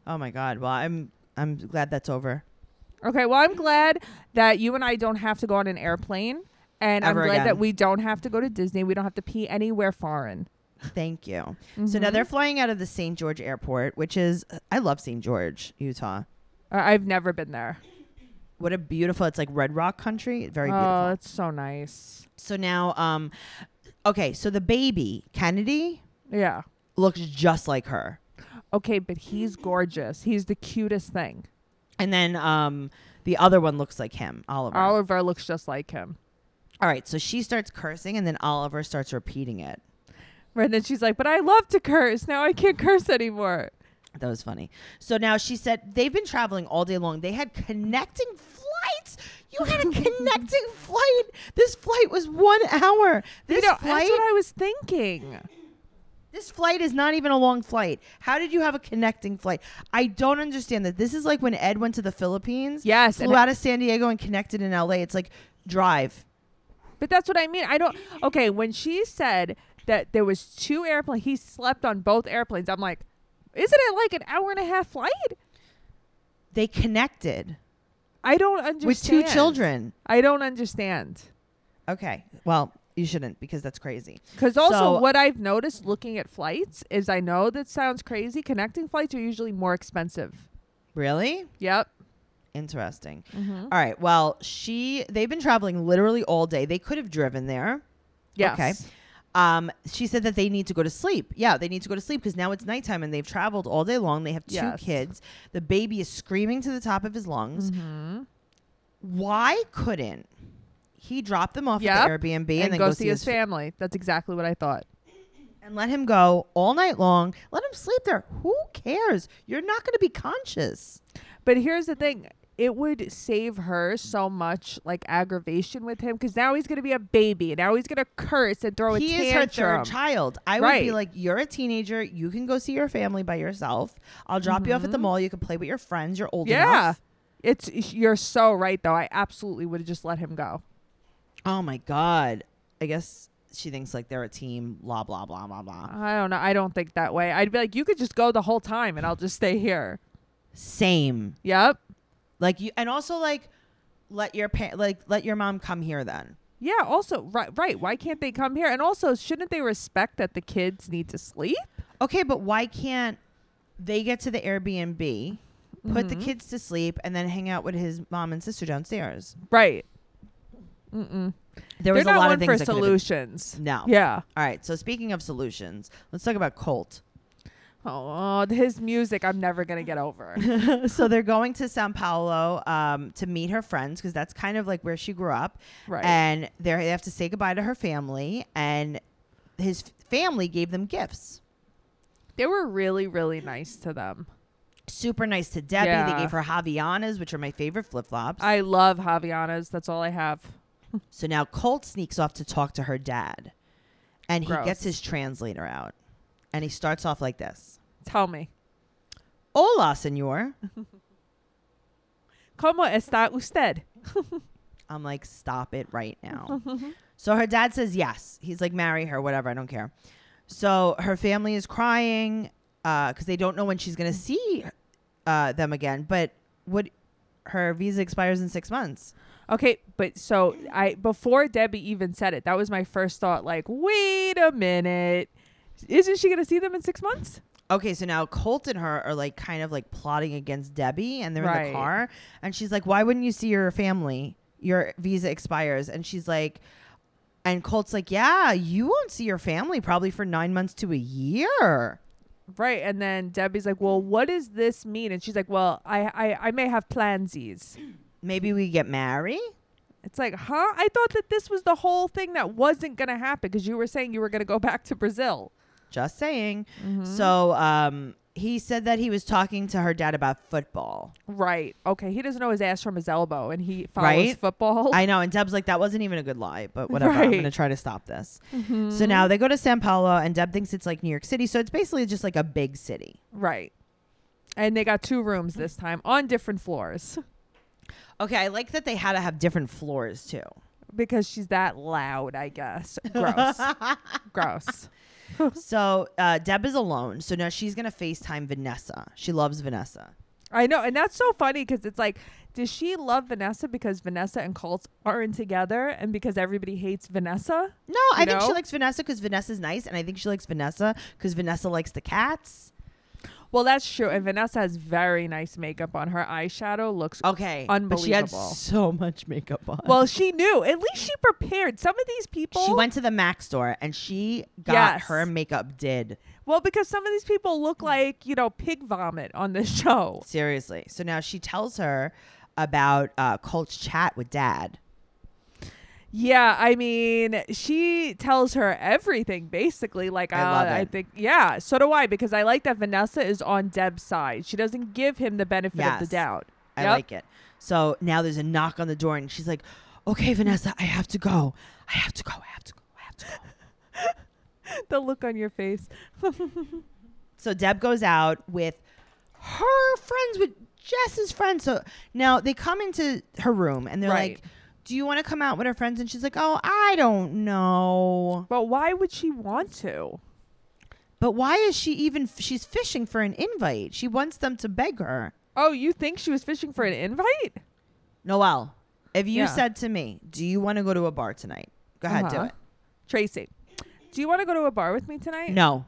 Oh my god. Well, I'm I'm glad that's over.
Okay, well, I'm glad that you and I don't have to go on an airplane. And
Ever
I'm glad that
again.
we don't have to go to Disney. We don't have to pee anywhere foreign. Mm-hmm.
Thank you. So now they're flying out of the St. George Airport, which is I love St. George, Utah.
Uh, I've never been there.
What a beautiful. It's like Red Rock country. Very beautiful.
Oh, that's so nice.
So now, um, okay, so the baby Kennedy
Yeah.
looks just like her,
Okay, but he's gorgeous. He's the cutest thing.
and then um, the other one looks like him, Oliver.
Oliver looks just like him.
All right, so she starts cursing, and then Oliver starts repeating it.
And then she's like, but I love to curse. Now I can't curse anymore.
That was funny. So now she said they've been traveling all day long. They had connecting flights. You had a connecting flight. This flight was one hour. This
you know,
flight.
that's what I was thinking.
This flight is not even a long flight. How did you have a connecting flight? I don't understand that. This is like when Ed went to the Philippines.
Yes,
flew
and-
out of San Diego and connected in L.A. It's like drive.
But that's what I mean. I don't. Okay, when she said that there was two airplanes, he slept on both airplanes. I'm like, isn't it like an hour and a half flight?
They connected
I don't understand.
with two children.
I don't understand.
Okay. Well, you shouldn't because that's crazy.
Because also,
So-
what I've noticed looking at flights is I know that sounds crazy. Connecting flights are usually more expensive.
Really?
Yep.
Interesting. All right. Well, she they've been traveling literally all day. They could have driven there.
Yes.
Okay. Um, she said that they need to go to sleep. Yeah, they need to go to sleep because now it's nighttime and they've traveled all day long. They have two
Yes.
kids. The baby is screaming to the top of his lungs.
Mm-hmm.
Why couldn't he drop them off at
Yep.
the Airbnb and,
And,
then
go, see his family. That's exactly what I thought.
and let him go all night long? Let him sleep there. Who cares? You're not going to be conscious.
But here's the thing. It would save her so much like aggravation with him because now he's gonna be a baby. Now he's gonna curse and throw
he
a
is
tantrum.
her third child. I would be
Right.
like, you're a teenager. You can go see your family by yourself. I'll drop you off at the mall. You can play with your friends. You're old enough.
Mm-hmm. Yeah. It's you're so right though. I absolutely would have just let him go.
Oh my god. I guess she thinks like they're a team, blah blah blah blah blah.
I don't know. I don't think that way. I'd be like, you could just go the whole time and I'll just stay here.
Same.
Yep.
Like you and also like let your pa- like let your mom come here then.
Yeah, also right right. Why can't they come here? And also, shouldn't they respect that the kids need to sleep?
Okay, but why can't they get to the Airbnb, put the
Mm-hmm.
kids to sleep and then hang out with his mom and sister downstairs?
Right.
There
They're
was a
not
lot
one
of things
for
that could've been-
solutions.
No.
Yeah.
All right, so speaking of solutions, let's talk about Colt.
Oh, his music I'm never gonna get over.
so they're going to Sao Paulo um, to meet her friends because that's kind of like where she grew up.
Right.
And they're- they have to say goodbye to her family, and his f- family gave them gifts.
they were really, really nice to them.
Super nice to Debbie. They
Yeah.
gave her Javianas, which are my favorite flip flops.
I love Javianas. That's all I have.
so now Colt sneaks off to talk to her dad, and he
Gross.
gets his translator out, and he starts off like this:
Tell me.
"Hola, señor."
Como está usted?
I'm like, stop it right now. so her dad says yes. He's like, marry her, whatever. I don't care. So her family is crying because they don't know when she's gonna see uh, them again. But what her visa expires in six months.
Okay, but so I before Debbie even said it, that was my first thought. Like, wait a minute, isn't she gonna see them in six months?
Okay, so now Colt and her are like kind of like plotting against Debbie, and they're in the
Right.
car, and she's like, "Why wouldn't you see your family? Your visa expires," and she's like. And Colt's like, yeah, you won't see your family probably for nine months to a year.
Right, and then Debbie's like, well, what does this mean? And she's like, well, I I, I may have plansies.
Maybe we get married.
It's like, huh? I thought that this was the whole thing that wasn't gonna happen because you were saying you were gonna go back to Brazil.
Just saying.
Mm-hmm.
So um, he said that he was talking to her dad about football.
Right. Okay. He doesn't know his ass from his elbow, and he follows
Right?
football.
I know. And Deb's like, that wasn't even a good lie, but whatever. I'm
Oh. Right. Mm-hmm.
going to try to stop this. So now they go to San Paulo, and Deb thinks it's like New York City. So it's basically just like a big city.
right. And they got two rooms this time on different floors
Okay. I like that they had to have different floors too.
because she's that loud, I guess. Gross. Gross.
so uh, Deb is alone. So now she's going to FaceTime Vanessa. She loves Vanessa.
I know. And that's so funny because it's like, does she love Vanessa because Vanessa and Colt aren't together and because everybody hates Vanessa?
No, I think she
know?
likes Vanessa because Vanessa's nice. And I think she likes Vanessa because Vanessa likes the cats.
Well, that's true. And Vanessa has very nice makeup on. Her eyeshadow looks
Okay. But she had
unbelievable.
so much makeup on.
well, she knew. At least she prepared. Some of these people.
She went to the Mac store and she got
Yes.
her makeup did.
Well, because some of these people look like, you know, pig vomit on this show.
Seriously. So now she tells her about uh, Colt's chat with dad.
Yeah, I mean, she tells her everything basically. Like,
I
uh,
love
I
it.
think, yeah, so do I because I like that Vanessa is on Deb's side. She doesn't give him the benefit of
Yes.
the doubt.
I
Yep.
like it. So now there's a knock on the door, and she's like, "Okay, Vanessa, I have to go. I have to go. I have to go. I have to go."
the look on your face.
So Deb goes out with her friends, with Jess's friends. So now they come into her room, and they're
Right.
like, "Do you want to come out with her friends?" And she's like, "Oh, I don't know."
But why would she want to?
But why is she even? She's fishing for an invite. She wants them to beg her.
Oh, you think she was fishing for an invite?
Noelle, if you
Yeah.
said to me, "Do you want to go to a bar tonight?" Go ahead, do
Uh-huh.
it.
Tracy, do you want to go to a bar with me tonight?
No,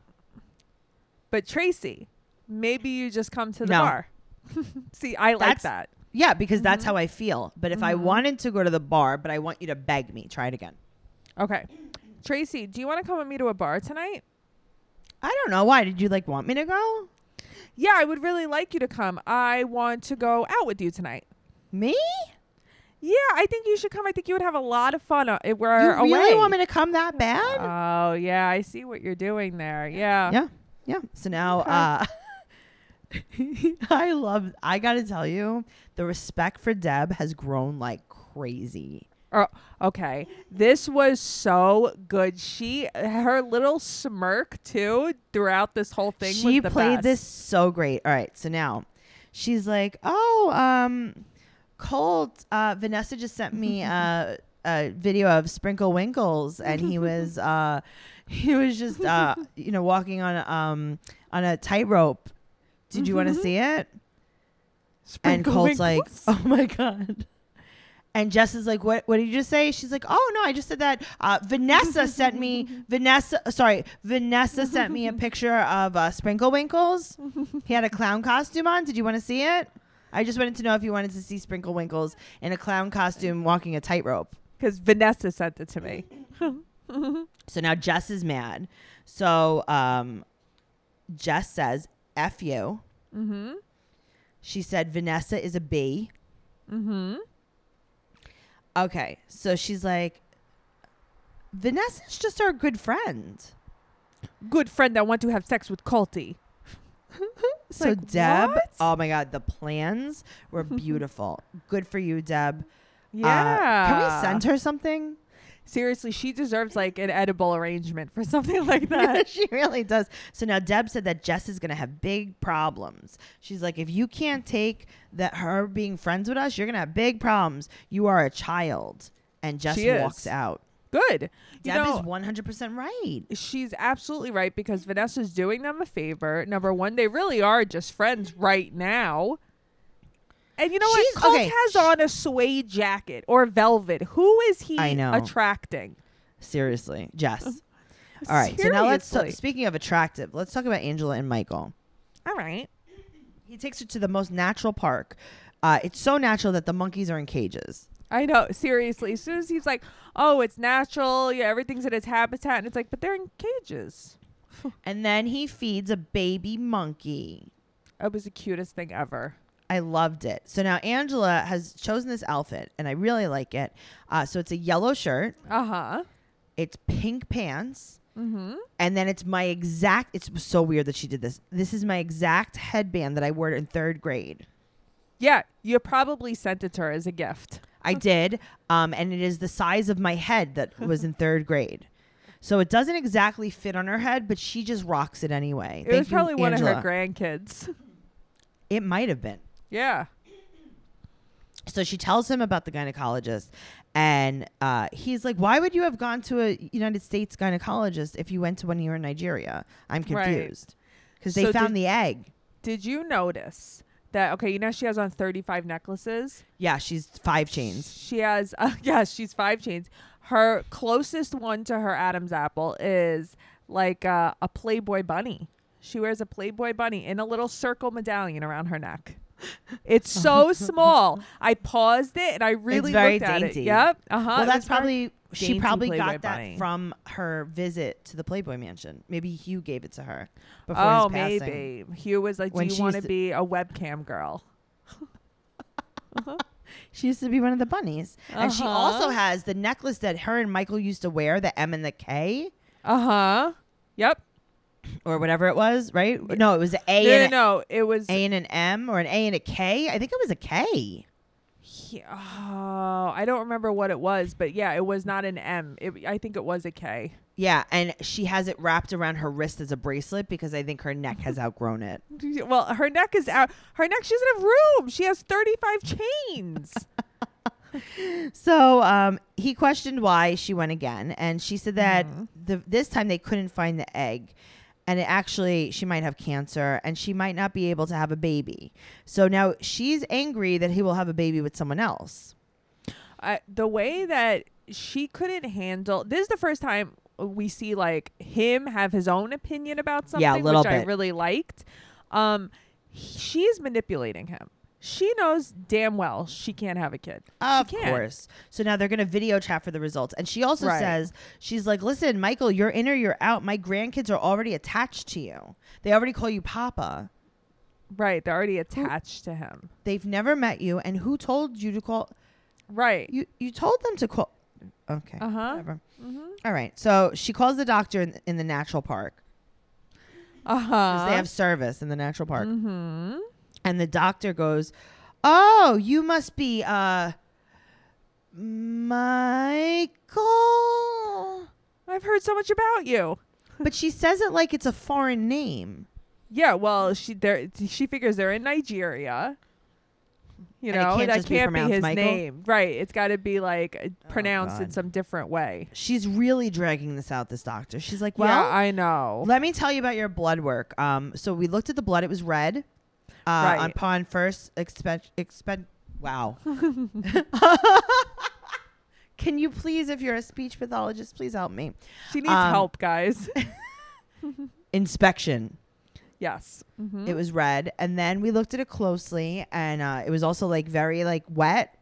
But Tracy, maybe you just come to the
No.
bar. See, I like
That's-
that.
Yeah, because that's
Mm-hmm.
how I feel. But if I wanted to go to the bar, but I want you to beg me, try it again.
Okay. Tracy, do you want to come with me to a bar tonight?
I don't know why. Did you like want me to go?
Yeah, I would really like you to come. I want to go out with you tonight.
Me?
Yeah, I think you should come. I think you would have a lot of fun uh, if
You
we're
really
away.
want me to come that bad?
oh, yeah, I see what you're doing there. Yeah.
yeah, yeah. So now, uh, I love. I gotta tell you, the respect for Deb has grown like crazy.
Oh, okay. This was so good. She her little smirk too throughout this whole thing. was
She
the
played
best.
this so great. All right, so now she's like, "Oh, um, Colt, uh, Vanessa just sent me a, a video of Sprinkle Winkles, and he was uh, he was just uh, you know walking on um on a tightrope. Did you want to see it?" And
Sprinkle
Colt's
winkles.
like, "Oh my god." And Jess is like, what? What did you just say? She's like, oh no, I just said that. Uh, Vanessa sent me Vanessa. Sorry, Vanessa sent me a picture of uh, Sprinkle Winkles. He had a clown costume on. Did you want to see it? I just wanted to know if you wanted to see Sprinkle Winkles in a clown costume walking a tightrope.
because Vanessa sent it to me.
So now Jess is mad. So um, Jess says, "F you." Mm-hmm. She said Vanessa is a B.
Mm-hmm.
Okay, so she's like, Vanessa's just our good friend.
Good friend that want to have sex with Colty.
So
Like,
Deb,
what?
oh my god, the plans were beautiful. good for you, Deb. Uh,
Yeah.
can we send her something?
Seriously, she deserves like an edible arrangement for something like that.
she really does. So now Deb said that Jess is gonna have big problems. She's like, if you can't take that her being friends with us, you're gonna have big problems. You are a child. And Jess
She
walks
is.
out.
Good. You
Deb
know,
is one hundred percent right.
she's absolutely right because Vanessa's doing them a favor. Number one, they really are just friends right now. And you know
She's-
what? Colt
okay,
has
sh-
on a suede jacket or velvet. Who is he
I know.
attracting?
Seriously, Jess. All right. So now let's
Seriously.
speaking of attractive, let's talk about Angela and Michael.
All right.
He takes her to the most natural park. Uh, it's so natural that the monkeys are in cages.
I know. Seriously, as soon as he's like, "Oh, it's natural. Yeah, everything's in its habitat," and it's like, but they're in cages.
And then he feeds a baby monkey.
It was the cutest thing ever.
I loved it. So now Angela has chosen this outfit, and I really like it. Uh, so it's a yellow shirt,
Uh huh.
it's pink pants,
Mm-hmm.
and then it's my exact. It's so weird that she did this. This is my exact headband that I wore in third grade.
Yeah, you probably sent it to her as a gift.
I did. Um, and it is the size of my head that was in third grade. So it doesn't exactly fit on her head, but she just rocks it anyway.
It was probably one of her grandkids.
It might have been.
yeah.
So she tells him about the gynecologist, and uh, he's like, "Why would you have gone to a United States gynecologist if you went to one here in Nigeria?" I'm
Right.
confused because they
So
found
did-
the egg.
Did you notice that? Okay, you know she has on thirty-five necklaces.
Yeah, she's five chains.
She has, uh, yeah, she's five chains. Her closest one to her Adam's apple is like uh, a Playboy bunny. She wears a Playboy bunny in a little circle medallion around her neck. It's so small. I paused it and I really
very
looked at
dainty.
it. Yep. Uh huh.
well, that's probably she
dainty
probably
Playboy
got that
bunny.
from her visit to the Playboy Mansion. Maybe Hugh gave it to her before
Oh,
his passing.
maybe Hugh was like,
When
"Do
she
you want to
used to-
be a webcam girl?"
She used to be one of the bunnies. And she
Uh-huh.
also has the necklace that her and Michael used to wear, the M and the K
Uh huh. Yep.
or whatever it was, right? No, it was an A
Uh, No, no,
and a-
no. It was.
A and an M or an A and a K. I think it was a K.
He- oh, I don't remember what it was, but yeah, it was not an M. It, I think it was a K.
Yeah, and she has it wrapped around her wrist as a bracelet because I think her neck has outgrown it.
Well, her neck is out. Her neck. She doesn't have room. She has thirty-five chains.
So um, he questioned why she went again, and she said that
Mm-hmm.
the, this time they couldn't find the egg, and it actually she might have cancer, and she might not be able to have a baby. So now she's angry that he will have a baby with someone else.
uh, the way that she couldn't handle this is the first time we see like him have his own opinion about something
Yeah, a little
which i
bit.
really liked um he- she is manipulating him she knows damn well she can't have a kid
Of
she can't.
course. So now they're going to video chat for the results. And she also
Right.
says, she's like, listen, Michael, you're in or you're out. My grandkids are already attached to you. They already call you Papa.
right they're already attached to him
They've never met you. And who told you to call?
right
You, you told them to call. Okay.
Uh-huh.
Whatever.
Mhm.
All right. So she calls the doctor in, in the natural park. 'cause
uh-huh
They have service in the natural park.
mm-hmm.
And the doctor goes, Oh, you must be uh, Michael.
i've heard so much about you
But she says it like it's a foreign name.
yeah well she there she figures they're in nigeria you
And it
know
can't
that
just be
can't be,
pronounced
his
Michael? Oh,
name right it's got to be like uh, pronounced in
God.
some different way
She's really dragging this out, this doctor. She's like, Well,
yeah, I know.
let me tell you about your blood work. Um, so we looked at the blood, it was red. Uh,
Right.
Upon first expen expen wow. Can you please, if you're a speech pathologist, please help me?
she needs
um,
help, guys.
Inspection.
yes. Mhm.
It was red. And then we looked at it closely and uh, it was also like very like wet,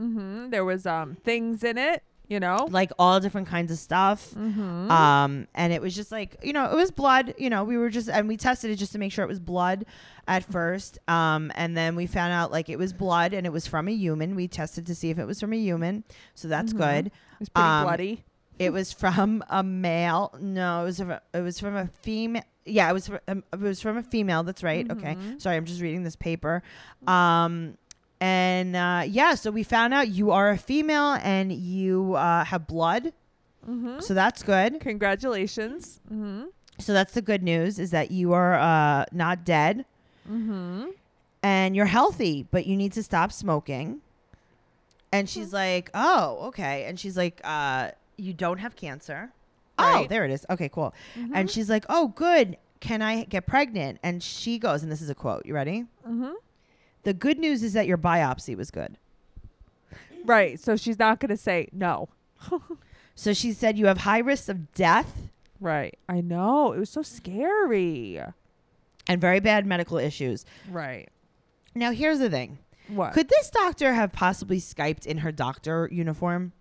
Mhm. There was um things in it, you know.
like all different kinds of stuff.
Mhm.
Um, and it was just like, you know, it was blood, you know, we were just, and we tested it just to make sure it was blood at first. Um, and then we found out like it was blood and it was from a human. We tested to see if it was from a human. So that's
Mhm.
good.
It's pretty
um,
bloody.
It was from a male. No, it was, from, it was from a female. Yeah, it was, from, um, it was from a female. That's right. Okay. Sorry. I'm just reading this paper. Um, and uh, yeah, so we found out you are a female and you uh, have blood.
Mhm.
So that's good.
Congratulations. Mhm.
So that's the good news is that you are uh, not dead
Mhm.
and you're healthy, but you need to stop smoking. And she's like, "Oh, okay." And she's like, uh, "You don't have cancer." Oh,
Right.
there it is. Okay, cool. And she's like, "Oh, good. Can I get pregnant?" And she goes, and this is a quote. You ready?
Mhm.
The good news is that your biopsy was good.
Right. So she's not going to say no.
So she said, "You have high risks of death
Right. I know. It was so scary.
and very bad medical issues."
Right.
Now, here's the thing.
What?
Could this doctor have possibly skyped in her doctor uniform?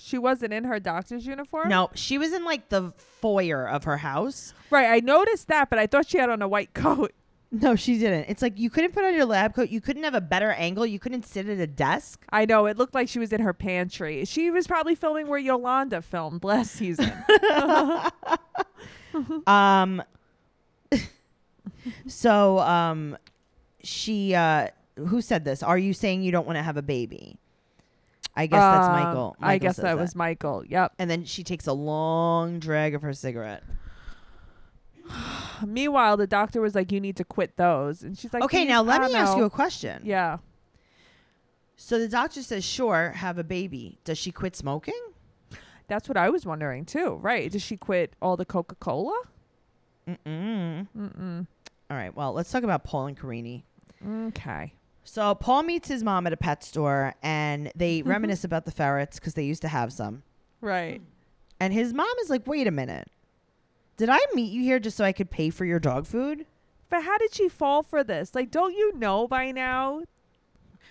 she wasn't in her doctor's uniform?
No, she was in like the foyer of her house.
Right. I noticed that, but I thought she had on a white coat.
No, she didn't. It's like you couldn't put on your lab coat. You couldn't have a better angle. You couldn't sit at a desk.
I know. It looked like she was in her pantry. She was probably filming where Yolanda filmed last season.
Um so um she uh who said this? Are you saying you don't want to have a baby? I guess that's
Um,
Michael.
I
Michael
guess
says
that, was Michael. Yep.
And then she takes a long drag of her cigarette.
Meanwhile, the doctor was like, "You need to quit those," and she's like,
okay,
"Please,
now let
I
me
don't
ask you
know."
a question.
yeah,
So the doctor says, "Sure, have a baby." Does she quit smoking?
that's what I was wondering too. Right? Does she quit all the Coca Cola?
Mm-mm.
Mm
All right. Well, let's talk about Paul and Carini.
Okay.
So Paul meets his mom at a pet store, and they
Mm-hmm.
reminisce about the ferrets because they used to have some.
Right.
And his mom is like, "Wait a minute, did I meet you here just so I could pay for your dog food?"
But how did she fall for this? Like, don't you know by now?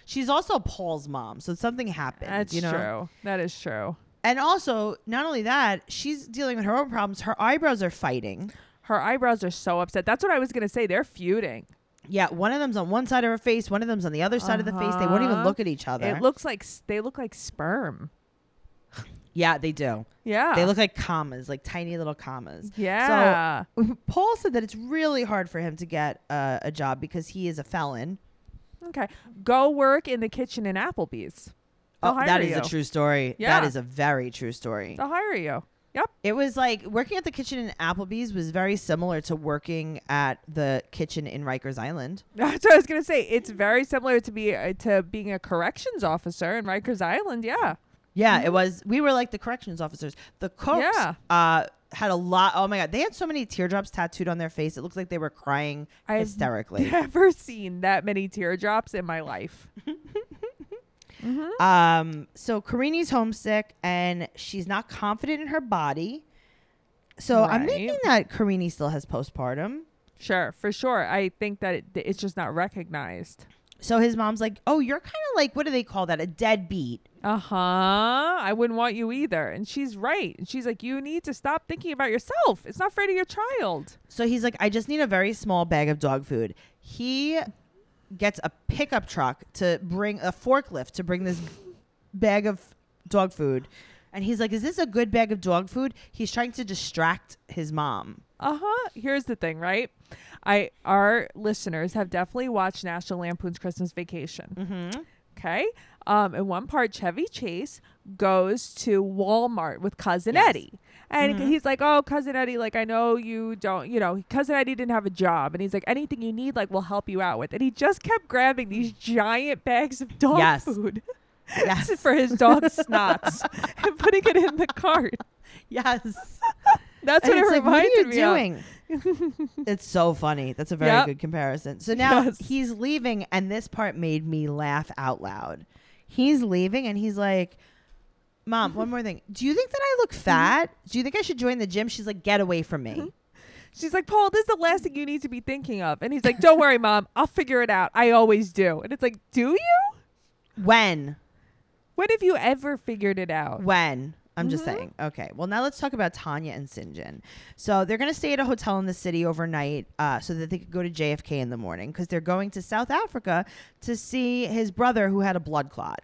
She's also Paul's mom, so something happened.
That's
you know?
true. That is true.
And also, not only that, she's dealing with her own problems. Her eyebrows are fighting.
Her eyebrows are so upset. That's what I was gonna say. They're feuding.
Yeah, one of them's on one side of her face, one of them's on the other side of the face. They won't even
Uh-huh.
look at each other.
It looks like s- they look like sperm.
yeah, they do.
Yeah.
They look like commas, like tiny little commas.
Yeah.
So Paul said that it's really hard for him to get uh, a job because he is a felon.
okay. Go work in the kitchen in Applebee's. They'll hire
Oh, that is
you.
a true story.
Yeah.
That is a very true story.
They'll hire you. Yep.
It was like working at the kitchen in Applebee's was very similar to working at the kitchen in Rikers Island.
That's what I was gonna say. It's very similar to be uh, to being a corrections officer in Rikers Island. Yeah.
Yeah, it was. We were like the corrections officers. The cooks
Mm-hmm. Yeah.
uh, had a lot. Oh my god, they had so many teardrops tattooed on their face. It looked like they were crying
I've
hysterically.
Never seen that many teardrops in my life.
um, so Karini's homesick and she's not confident in her body. So I'm
Right.
thinking that Karini still has postpartum.
Sure, for sure. I think that it, it's just not recognized.
So his mom's like, "Oh, you're kind of like what do they call that? A deadbeat."
Uh huh. I wouldn't want you either. And she's right. And she's like, you need to stop thinking about yourself. It's not fair to your child.
So he's like, I just need a very small bag of dog food. He gets a pickup truck to bring a forklift to bring this bag of dog food. And he's like, Is this a good bag of dog food? He's trying to distract his mom.
Uh huh. Here's the thing, right? I our listeners have definitely watched National Lampoon's Christmas Vacation.
Mm-hmm.
Okay. Um, in one part, Chevy Chase goes to Walmart with Cousin
Yes. Mm-hmm.
Eddie. And he's like, Oh, Cousin Eddie, like, I know you don't, you know, Cousin Eddie didn't have a job. And he's like, Anything you need, like, we'll help you out with. And he just kept grabbing these giant bags of dog
Yes.
food
Yes.
for his dog snots and putting it in the cart.
yes.
That's
And
what
it's
it
like, what are
reminded
you
me of.
doing? it's so funny. That's a very
Yep.
good comparison. So now
Yes.
he's leaving, and this part made me laugh out loud. He's leaving, and he's like, Mom,
Mm-hmm.
one more thing. Do you think that I look fat? Do you think I should join the gym? She's like, Get away from me.
Mm-hmm. She's like, Paul, this is the last thing you need to be thinking of. And he's like, Don't worry, mom. I'll figure it out. I always do. And it's like, Do you?
when?
When have you ever figured it out?
When? I'm
Mm-hmm.
just saying. Okay. Well, now let's talk about Tanya and Sinjin. So they're going to stay at a hotel in the city overnight uh, so that they could go to JFK in the morning because they're going to South Africa to see his brother who had a blood clot.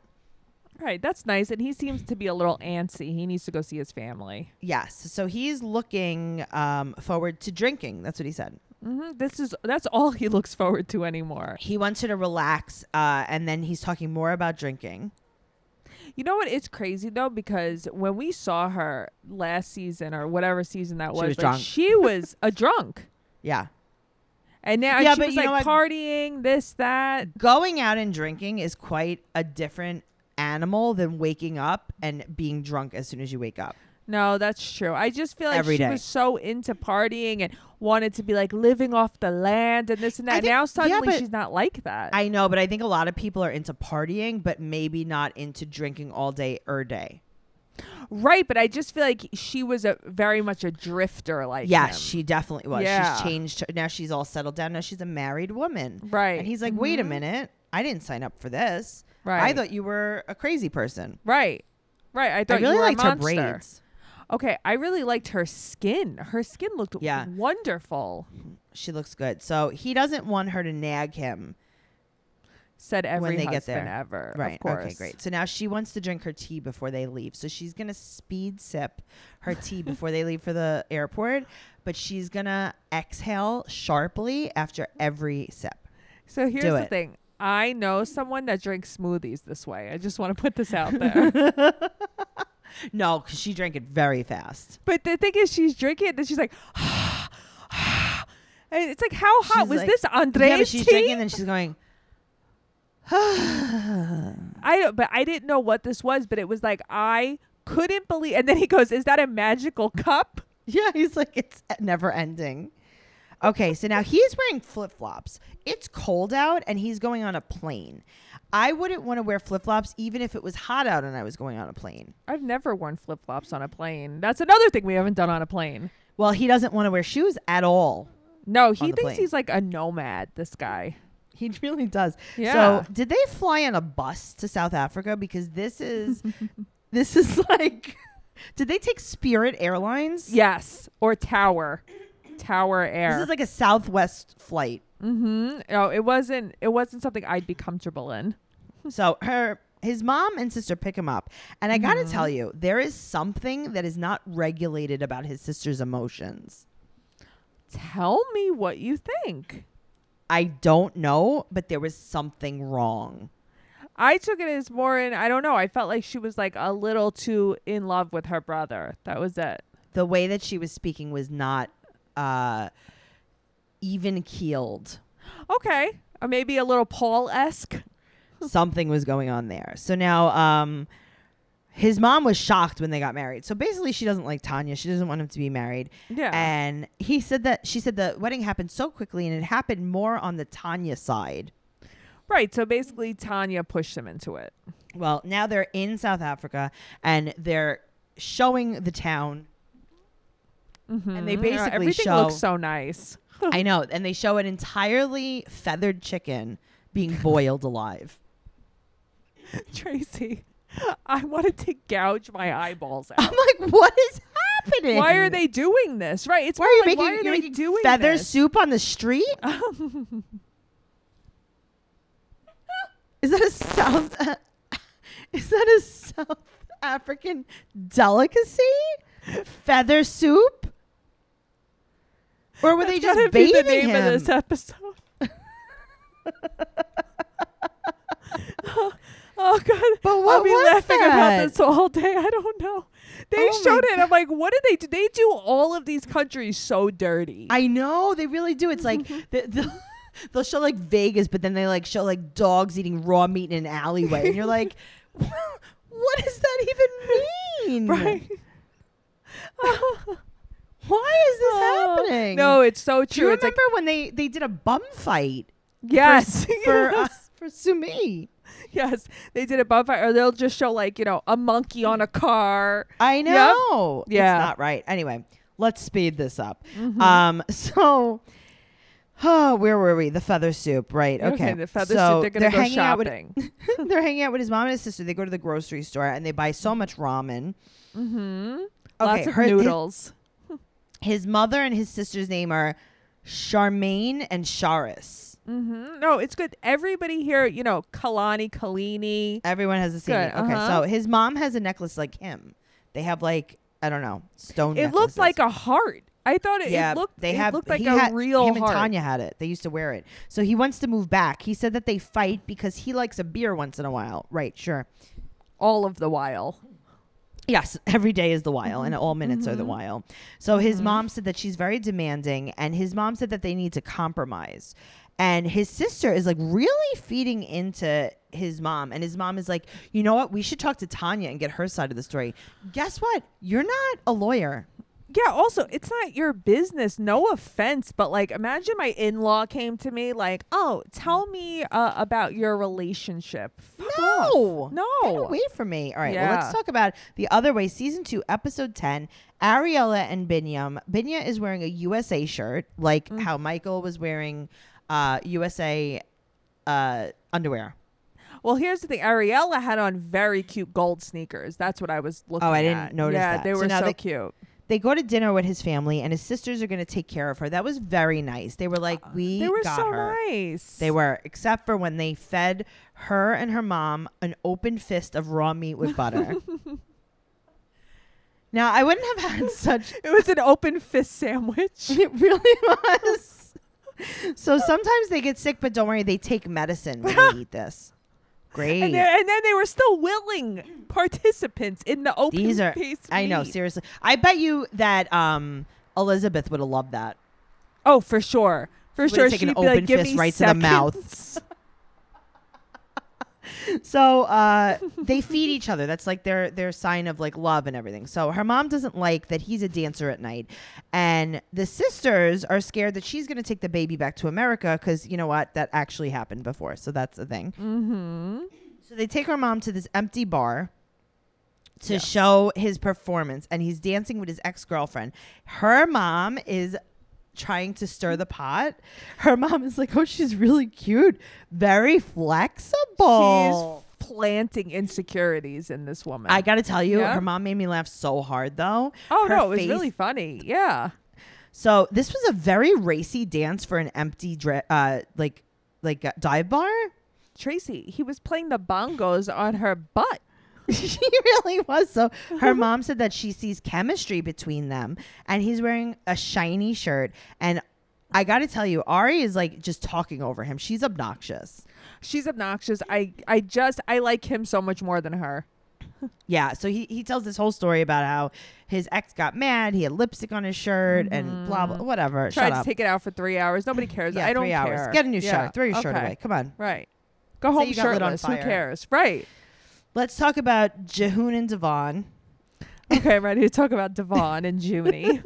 Right, that's nice. And he seems to be a little antsy. He needs to go see his family.
Yes. So he's looking um, forward to drinking. That's what he said.
hmm This is that's all he looks forward to anymore.
He wants her to relax, uh, and then he's talking more about drinking.
You know what? It's crazy though because when we saw her last season or whatever season that
She
was,
was
like,
drunk.
she was a drunk,
Yeah.
and now and
Yeah,
she
but
was
you
like
know what?
partying, this, that.
Going out and drinking is quite a different animal than waking up and being drunk as soon as you wake up.
No, that's true. I just feel like
Every
she
day.
was so into partying and wanted to be like living off the land and this and that.
think- yeah,
now suddenly
but-
she's not like that.
I know, but I think a lot of people are into partying, but maybe not into drinking all day or day.
right, but I just feel like she was a very much a drifter like
yeah,
him.
she definitely was.
Yeah.
She's changed. Now she's all settled down. Now she's a married woman.
Right. Mm-hmm.
And he's like, wait a minute. I didn't sign up for this. I
Right.
thought you were a crazy person.
Right. Right. I
I
thought
really
you were
liked
a
her
monster.
braids.
Okay, I really liked her skin. Her skin looked
Yeah.
wonderful.
She looks good. So he doesn't want her to nag him.
Said every
they get
husband
there.
ever.
Right.
Of course.
Okay, great. So now she wants to drink her tea before they leave. So she's going to speed sip her tea before they leave for the airport, but she's going to exhale sharply after every sip.
So here's
Do
the
it.
thing. I know someone that drinks smoothies this way. I just want to put this out there.
No, because she drank it very fast.
but the thing is, she's drinking it, and she's like, and it's like, how hot
She's
was
like-
this Andre's
yeah, but she's
tea?
drinking and then she's going,
I don't, but I didn't know what this was, but it was like I couldn't believe. And then he goes, "Is that a magical cup?"
yeah, he's like, it's never ending. Okay, so now he's wearing flip flops. It's cold out and he's going on a plane. I wouldn't want to wear flip flops even if it was hot out and I was going on a plane.
I've never worn flip flops on a plane. That's another thing we haven't done on a plane.
Well, he doesn't want to wear shoes at all.
No, he
the
thinks
plane.
he's like a nomad, this guy.
He really does.
Yeah.
So, did they fly on a bus to South Africa? Because this is, this is like, did they take Spirit Airlines?
Yes. Or Tower. Tower Air.
This is like a Southwest flight.
Mm-hmm. No, it wasn't. It wasn't something I'd be comfortable in.
So her his mom and sister pick him up. And I got to tell you, there is something that is not regulated about his sister's emotions.
Tell me what you think.
I don't know, but there was something wrong.
I took it as more in. I don't know. I felt like she was like a little too in love with her brother. That was it.
The way that she was speaking was not uh even keeled.
Okay, or maybe a little Paul esque.
something was going on there. So now um his mom was shocked when they got married. So basically she doesn't like Tanya. She doesn't want him to be married.
Yeah.
And he said that she said the wedding happened so quickly and it happened more on the Tanya side.
Right. So basically, Tanya pushed him into it.
Well, now they're in South Africa and they're showing the town. And they
Mhm. Yeah,
basically
everything
show
looks so nice.
I know, and they show an entirely feathered chicken being boiled alive.
Tracy, I wanted to gouge my eyeballs out.
I'm like, what is happening?
Why are they doing this? Right. It's
Why are you
more like,
making,
why are
you're
they
making
doing
feather
this?
soup on the street? is that a South? is that a South African delicacy? Feather soup? Or were they
Gotta
just
be
baiting
the name
him?
of this episode. oh God!
But
I'll
what
be
was
laughing
that?
about this all day. I don't know. They
Oh my
showed it. I'm like, what did they do? They do all of these countries so dirty.
I know they really do. It's like the, the, they'll show like Vegas, but then they like show like dogs eating raw meat in an alleyway, and you're like, what does that even mean?
right?
Why is this
Oh,
happening?
No, it's so true.
do you
it's
remember
like
when they they did a bum fight
yes,
for uh,
yes.
for Sumi?
Yes, they did a bonfire, or they'll just show like you know a monkey on a car.
I know.
Yeah.
It's not right. Anyway, let's speed this up. Um, so. Oh, where were we? The feather soup, right? Okay.
the feathers.
so
they're gonna go
hanging out with-
shopping.
they're hanging out with his mom and his sister. They go to the grocery store and they buy so much ramen.
mm-hmm.
Okay,
Lots of
her-
noodles.
His mother and his sister's name are Charmaine and Charis.
Mm-hmm. No, it's good. Everybody here, you know, Kalani, Kalini.
Everyone has the same
Good,
name. Okay,
uh-huh.
so his mom has a necklace like him. They have like I don't know stone.
It looked like a heart. I thought it,
yeah.
it looked.
they
it
have
looked like
he
a
had-
real
Him and
heart.
Tanya had it. They used to wear it. So he wants to move back. He said that they fight because he likes a beer once in a while. Right? Sure.
All of the while.
Yes, every day is the while, and all minutes are the while. So his mom said that she's very demanding, and his mom said that they need to compromise. And his sister is like really feeding into his mom, and his mom is like, you know what? We should talk to Tanya and get her side of the story. Guess what? You're not a lawyer.
Yeah. Also, it's not your business. No offense, but like, imagine my in-law came to me like, "Oh, tell me uh, about your relationship." Fuck
No,
off. no.
Get away from me. All right, well,
Yeah.
let's talk about the other way. Season two, episode ten. Ariella and Binyam. Binya is wearing a USA shirt, like
Mm.
how Michael was wearing uh, USA uh, underwear.
Well, here's the thing. Ariella had on very cute gold sneakers. That's what I was looking.
Oh, I didn't
at.
notice
Yeah,
that.
they
So
were
now
so
they-
cute.
They go to dinner with his family, and his sisters are going to take care of her. That was very nice. They were like, "We
Uh, They were
got
so
her."
nice.
They were, except for when they fed her and her mom an open fist of raw meat with butter. now, I wouldn't have had such
It was an open fist sandwich.
It really was. So sometimes they get sick, but don't worry, they take medicine when they eat this. Great.
And, there- and then they were still willing participants in the open
These are
face
I know,
meet.
seriously. I bet you that um Elizabeth would have loved that.
oh, for sure. For
Would've
sure.
taken
she'd
an
be like,
open
"Give
fist
me
right to the mouth."
seconds."
So uh they feed each other. That's like their their sign of like love and everything. So her mom doesn't like that he's a dancer at night. And the sisters are scared that she's gonna take the baby back to America because you know what? That actually happened before. So that's a thing. So they take our mom to this empty bar to show his performance, and he's dancing with his ex girlfriend. Her mom is trying to stir the pot. Her mom is like, "Oh, she's really cute, very flexible."
She's planting insecurities in this woman.
Oh. I gotta tell you,
Yeah.
her mom made me laugh so hard though.
oh
Her
no, it was
face-
really funny. Yeah.
So this was a very racy dance for an empty, dre- uh, like, like a dive bar.
Tracy, he was playing the bongos on her butt.
she really was. So her mom said that she sees chemistry between them, and he's wearing a shiny shirt. And I got to tell you, Ari is like just talking over him. She's obnoxious.
She's obnoxious. I I just I like him so much more than her.
Yeah. So he, he tells this whole story about how his ex got mad. He had lipstick on his shirt and blah blah whatever.
Mm-hmm. Tried
Shut
to
up.
take it out for three hours. Nobody cares.
yeah,
I don't
three
care.
hours. Get a new
Yeah,
shirt. Throw your shirt
okay.
away. Come on.
Right. Go home
you got lit on
shirtless. Who
fire.
cares? Right.
Let's talk about Jehoon and Devon.
Okay, I'm ready to talk about Devon and Junie.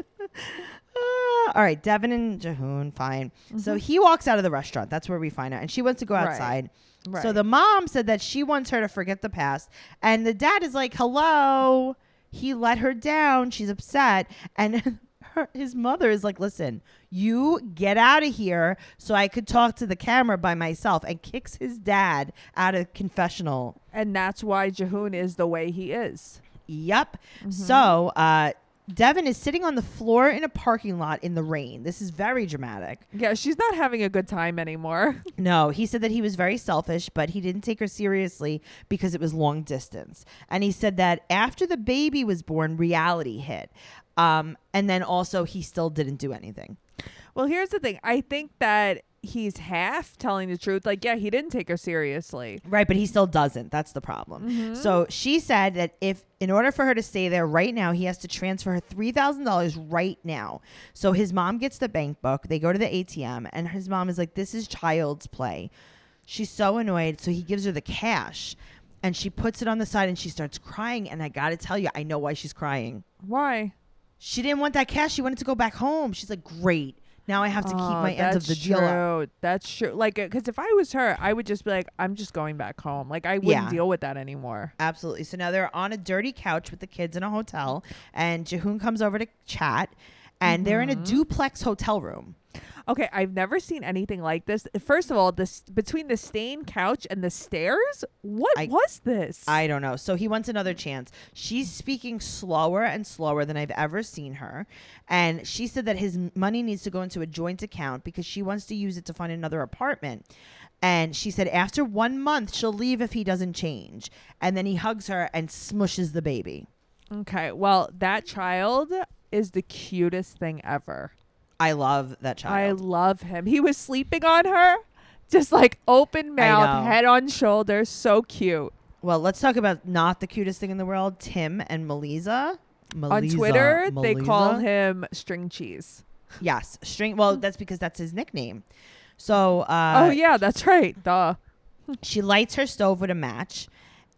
Ah, all right, Devin and Jehoon, fine. So he walks out of the restaurant. That's where we find out. And she wants to go
Mm-hmm. Right,
outside.
right.
So the mom said that she wants her to forget the past. And the dad is like, hello. He let her down. She's upset. And her, his mother is like, listen, you get out of here so I could talk to the camera by myself and kicks his dad out of confessional.
and that's why Jehoon is the way he is.
Yep.
Mm-hmm.
So uh, Devin is sitting on the floor in a parking lot in the rain. This is very dramatic.
Yeah, she's not having a good time anymore.
No, he said that he was very selfish, but he didn't take her seriously because it was long distance. And he said that after the baby was born, reality hit. Um, and then also, he still didn't do anything.
Well, here's the thing. I think that he's half telling the truth. Like, yeah, he didn't take her seriously.
Right, but he still doesn't. That's the problem. So she said that if, in order for her to stay there right now, he has to transfer her three thousand dollars right now. So his mom gets the bank book. They go to the ATM, and his mom is like, "This is child's play." She's so annoyed. So he gives her the cash, and she puts it on the side, and she starts crying. And I gotta tell you, I know why she's crying.
Why?
She didn't want that cash. She wanted to go back home. She's like, "Great, now I have to keep
Oh,
my end of
that's
the deal." up."
true. That's true. Like, because if I was her, I would just be like, I'm just going back home. Like, I wouldn't
Yeah.
deal with that anymore.
Absolutely. So now they're on a dirty couch with the kids in a hotel, and Jehoon comes over to chat, and they're in a duplex hotel room.
Okay, I've never seen anything like this. First of all, this between the stained couch and the stairs, what
I-
was this?
I don't know. So he wants another chance. She's speaking slower and slower than I've ever seen her. And she said that his money needs to go into a joint account because she wants to use it to find another apartment. And she said after one month, she'll leave if he doesn't change. And then he hugs her and smushes the baby.
okay, well, that child is the cutest thing ever.
I love that child.
I love him. He was sleeping on her, just like open mouth,
know.
head on shoulder, so cute.
Well, let's talk about not the cutest thing in the world, Tim and Melisa. Melisa
on Twitter, they call
Melisa?
him string cheese.
Yes, string. Well, that's because that's his nickname. So, uh,
oh yeah, that's right. Duh.
she lights her stove with a match,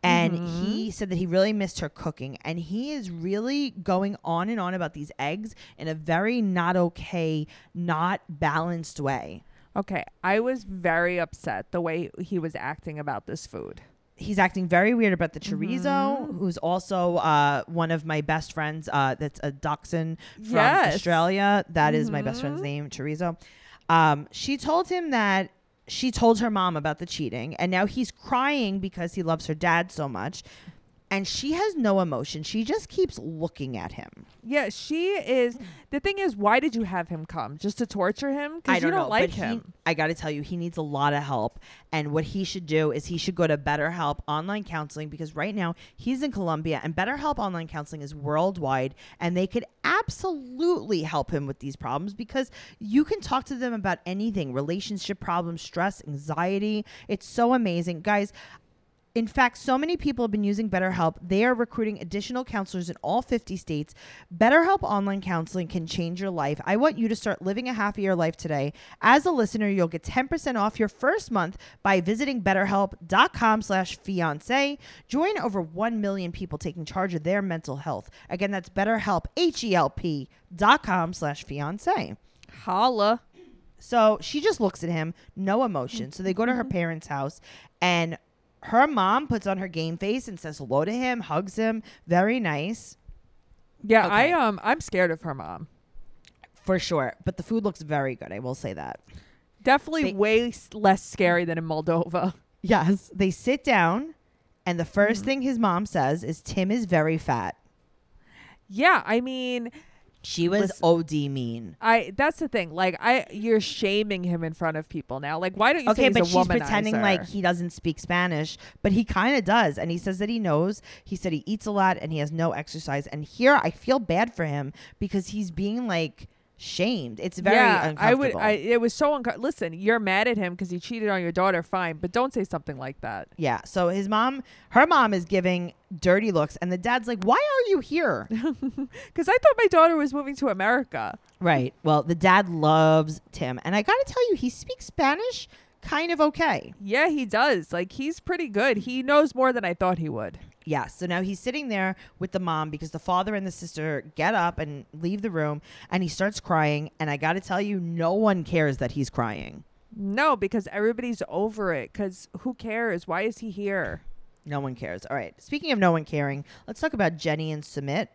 and
Mm-hmm.
he said that he really missed her cooking, and he is really going on and on about these eggs in a very not okay, not balanced way.
Okay, I was very upset the way he was acting about this food.
he's acting very weird about the chorizo, who's also uh, one of my best friends. Uh, that's a dachshund from
Yes.
Australia. That is my best friend's name, chorizo. Um, she told him that she told her mom about the cheating, and now he's crying because he loves her dad so much. And she has no emotion. She just keeps looking at him.
Yeah, she is. The thing is, why did you have him come? Just to torture him? Because you don't
know,
like
but He,
him.
I got to tell you, he needs a lot of help. And what he should do is he should go to BetterHelp online counseling because right now he's in Colombia and BetterHelp online counseling is worldwide and they could absolutely help him with these problems because you can talk to them about anything relationship problems, stress, anxiety. It's so amazing. Guys, in fact, so many people have been using BetterHelp. They are recruiting additional counselors in all 50 states. BetterHelp online counseling can change your life. I want you to start living a happier life today. As a listener, you'll get 10% off your first month by visiting betterhelp.com slash fiance. Join over 1 million people taking charge of their mental health. Again, that's betterhelp, H-E-L-P dot com slash fiance.
Holla.
So she just looks at him, no emotion. So they go to her parents' house, and her mom puts on her game face and says hello to him, hugs him, very nice
Yeah,
Okay.
I um, I'm scared of her mom.
for sure. But the food looks very good. I will say that.
Definitely
They-
way s- less scary than in Moldova.
Yes, Mm-hmm. they sit down, and the 1st thing his mom says is, "Tim is very fat."
Yeah, I mean,
She was
Listen.
OD mean.
I that's the thing. Like I you're shaming him in front of people now. Like why don't you say
Okay,
he's
but
a
she's pretending
womanizer?
like he doesn't speak Spanish, but he kind of does. And he says that he knows. He said he eats a lot and he has no exercise. And here I feel bad for him because he's being like shamed. It's very
yeah, I would.
uncomfortable.
I it was so uncomfortable. Listen, you're mad at him because he cheated on your daughter. Fine, but don't say something like that.
yeah. So his mom, her mom is giving dirty looks. And the dad's like, why are you here?
Because I thought my daughter was moving to America.
right. Well, the dad loves Tim. And I got to tell you, he speaks Spanish kind of okay.
Yeah, he does. Like he's pretty good. He knows more than I thought he would.
Yeah. So now he's sitting there with the mom because the father and the sister get up and leave the room and he starts crying. And I got to tell you, no one cares that he's crying.
No, because everybody's over it. Because who cares? Why is he here?
No one cares. All right. Speaking of no one caring, let's talk about Jenny and Submit.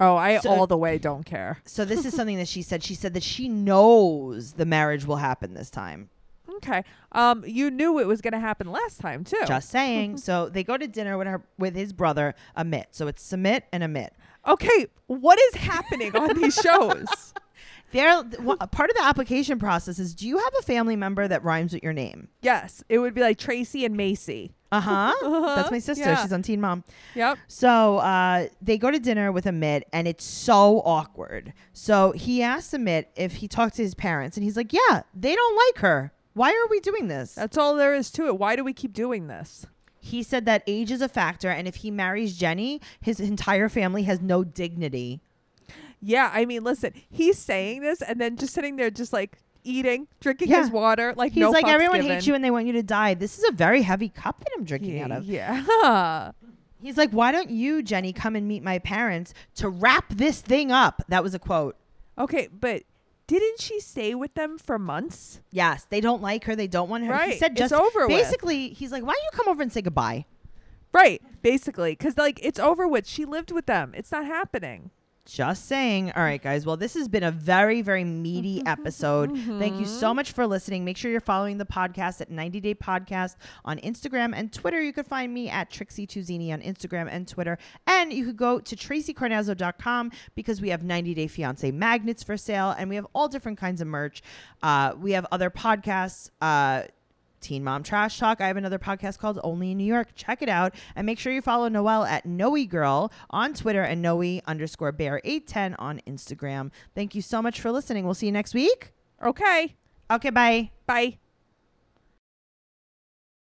Oh, I
So-
all the way don't care.
So this is something that she said. She said that she knows the marriage will happen this time.
Okay. Um, you knew it was gonna happen last time too.
Just saying. so they go to dinner with her with his brother Amit. So it's Submit and Amit.
okay. What is happening on these shows?
They're th- wha- part of the application process is do you have a family member that rhymes with your name?
Yes, it would be like Tracy and Macy.
Uh huh. That's my
Uh-huh.
sister.
Yeah.
She's on Teen Mom.
Yep.
So uh, they go to dinner with Amit, and it's so awkward. So he asks Amit if he talked to his parents, and he's like, "Yeah, they don't like her. Why are we doing this?"
That's all there is to it. Why do we keep doing this?
he said that age is a factor, and if he marries Jenny, his entire family has no dignity.
Yeah, I mean, listen, he's saying this and then just sitting there, just like eating, drinking
Yeah.
his water. Like
He's
no
like,
fucks
"Everyone
given.
hates you, and they want you to die." This is a very heavy cup that I'm drinking out of.
Yeah.
He's like, "Why don't you, Jenny, come and meet my parents to wrap this thing up?" That was a quote.
Okay, but didn't she stay with them for months?
Yes, they don't like her. They don't want her. He
Right.
said
It's
just
over with.
basically, he's like, "Why don't you come over and say goodbye?"
Right, basically, because like it's over with. She lived with them. It's not happening.
Just saying. All right, guys. Well, this has been a very, very meaty episode. Thank you so much for listening. Make sure you're following the podcast at 90 Day Podcast on Instagram and Twitter. You can find me at Trixie Tuzini on Instagram and Twitter. And you could go to TracyCarnazzo.com because we have 90 Day Fiance magnets for sale and we have all different kinds of merch. Uh, we have other podcasts. Uh, Teen Mom Trash Talk. I have another podcast called Only in New York. Check it out. And make sure you follow Noelle at Noe Girl on Twitter and Noe underscore bear 810 on Instagram. Thank you so much for listening. We'll see you next week.
Okay,
Okay, bye.
bye.